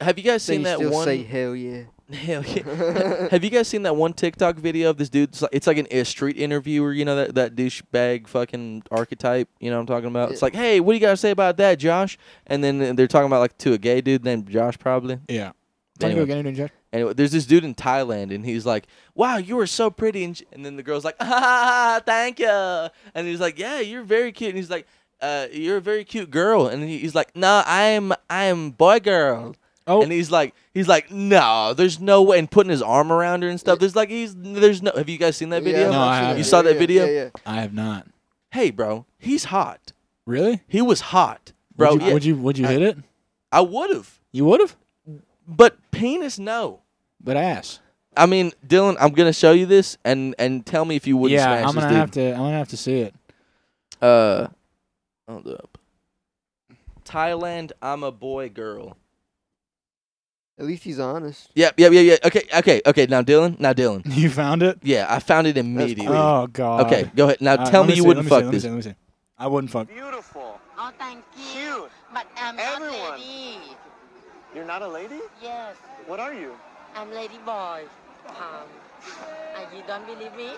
[SPEAKER 2] have you guys
[SPEAKER 5] Then
[SPEAKER 2] seen
[SPEAKER 5] you
[SPEAKER 2] that
[SPEAKER 5] still
[SPEAKER 2] one?
[SPEAKER 3] [LAUGHS]
[SPEAKER 5] say hell yeah.
[SPEAKER 2] [LAUGHS] Hell yeah. Have you guys seen that one TikTok video of this dude? It's like, it's like an a street interviewer, you know that that douchebag fucking archetype. You know what I'm talking about? It's
[SPEAKER 5] Yeah.
[SPEAKER 2] like, hey, what do you gotta say about that, Josh? And then they're talking about like to a gay dude named Josh, probably.
[SPEAKER 1] Yeah.
[SPEAKER 2] Anyway.
[SPEAKER 1] Anyway. Anyway.
[SPEAKER 2] Anyway, there's this dude in Thailand, and he's like, "Wow, you are so pretty," and, sh- and then the girl's like, [LAUGHS] "Ah, thank you," and he's like, "Yeah, you're very cute," and he's like, "Uh, you're a very cute girl," and he, he's like, "No, I'm I'm boy girl."
[SPEAKER 1] Oh.
[SPEAKER 2] And he's like, he's like, no, there's no way, and putting his arm around her and stuff. There's like, he's, there's no. Have you guys seen that video?
[SPEAKER 1] No, I
[SPEAKER 5] I've seen
[SPEAKER 1] haven't.
[SPEAKER 5] that
[SPEAKER 1] You
[SPEAKER 2] saw that video?
[SPEAKER 5] Yeah, yeah.
[SPEAKER 1] I have not.
[SPEAKER 2] Hey, bro, he's hot.
[SPEAKER 1] Really,
[SPEAKER 2] He was hot, bro.
[SPEAKER 1] Would you
[SPEAKER 2] yeah,
[SPEAKER 1] would you, would you
[SPEAKER 2] I-
[SPEAKER 1] hit it?
[SPEAKER 2] I would have,
[SPEAKER 1] You would have,
[SPEAKER 2] but penis, no.
[SPEAKER 1] but ass.
[SPEAKER 2] I mean, Dylan, I'm gonna show you this, and and tell me if you wouldn't
[SPEAKER 1] yeah,
[SPEAKER 2] smash this
[SPEAKER 1] I'm gonna
[SPEAKER 2] dude.
[SPEAKER 1] have to. I'm gonna have to see it. [LAUGHS]
[SPEAKER 2] Uh, hold up. Thailand, I'm a boy girl.
[SPEAKER 5] At least he's honest.
[SPEAKER 2] Yep, yep, yep, yep. Okay, okay, okay. Now Dylan, now Dylan.
[SPEAKER 1] You found it?
[SPEAKER 2] Yeah, I found it immediately.
[SPEAKER 5] cool.
[SPEAKER 1] Oh god.
[SPEAKER 2] okay, go ahead. Now
[SPEAKER 1] All right,
[SPEAKER 2] tell
[SPEAKER 1] let
[SPEAKER 2] me, you
[SPEAKER 1] see,
[SPEAKER 2] wouldn't
[SPEAKER 1] let me see,
[SPEAKER 2] fuck
[SPEAKER 1] let me
[SPEAKER 2] this.
[SPEAKER 1] see, let me see. I wouldn't fuck.
[SPEAKER 6] Beautiful.
[SPEAKER 7] Oh, thank you.
[SPEAKER 6] Cute.
[SPEAKER 7] But I'm
[SPEAKER 6] Everyone.
[SPEAKER 7] not lady.
[SPEAKER 6] You're not a lady?
[SPEAKER 7] Yes,
[SPEAKER 6] What are you?
[SPEAKER 7] I'm lady boy. Um, uh, you don't believe me?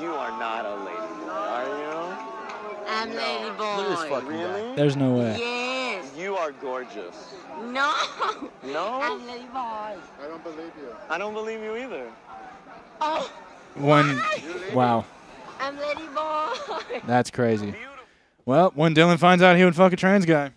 [SPEAKER 6] You are not a lady boy, are
[SPEAKER 7] I'm lady boy.
[SPEAKER 2] Look at this fucking
[SPEAKER 6] you? Really?
[SPEAKER 1] There's no way.
[SPEAKER 7] Yes.
[SPEAKER 6] You are gorgeous.
[SPEAKER 7] No.
[SPEAKER 6] No?
[SPEAKER 7] I'm lady boy.
[SPEAKER 6] I don't believe you either.
[SPEAKER 7] Oh,
[SPEAKER 1] One. Wow,
[SPEAKER 7] I'm lady boy.
[SPEAKER 1] that's crazy. Well, when Dylan finds out he would fuck a trans guy.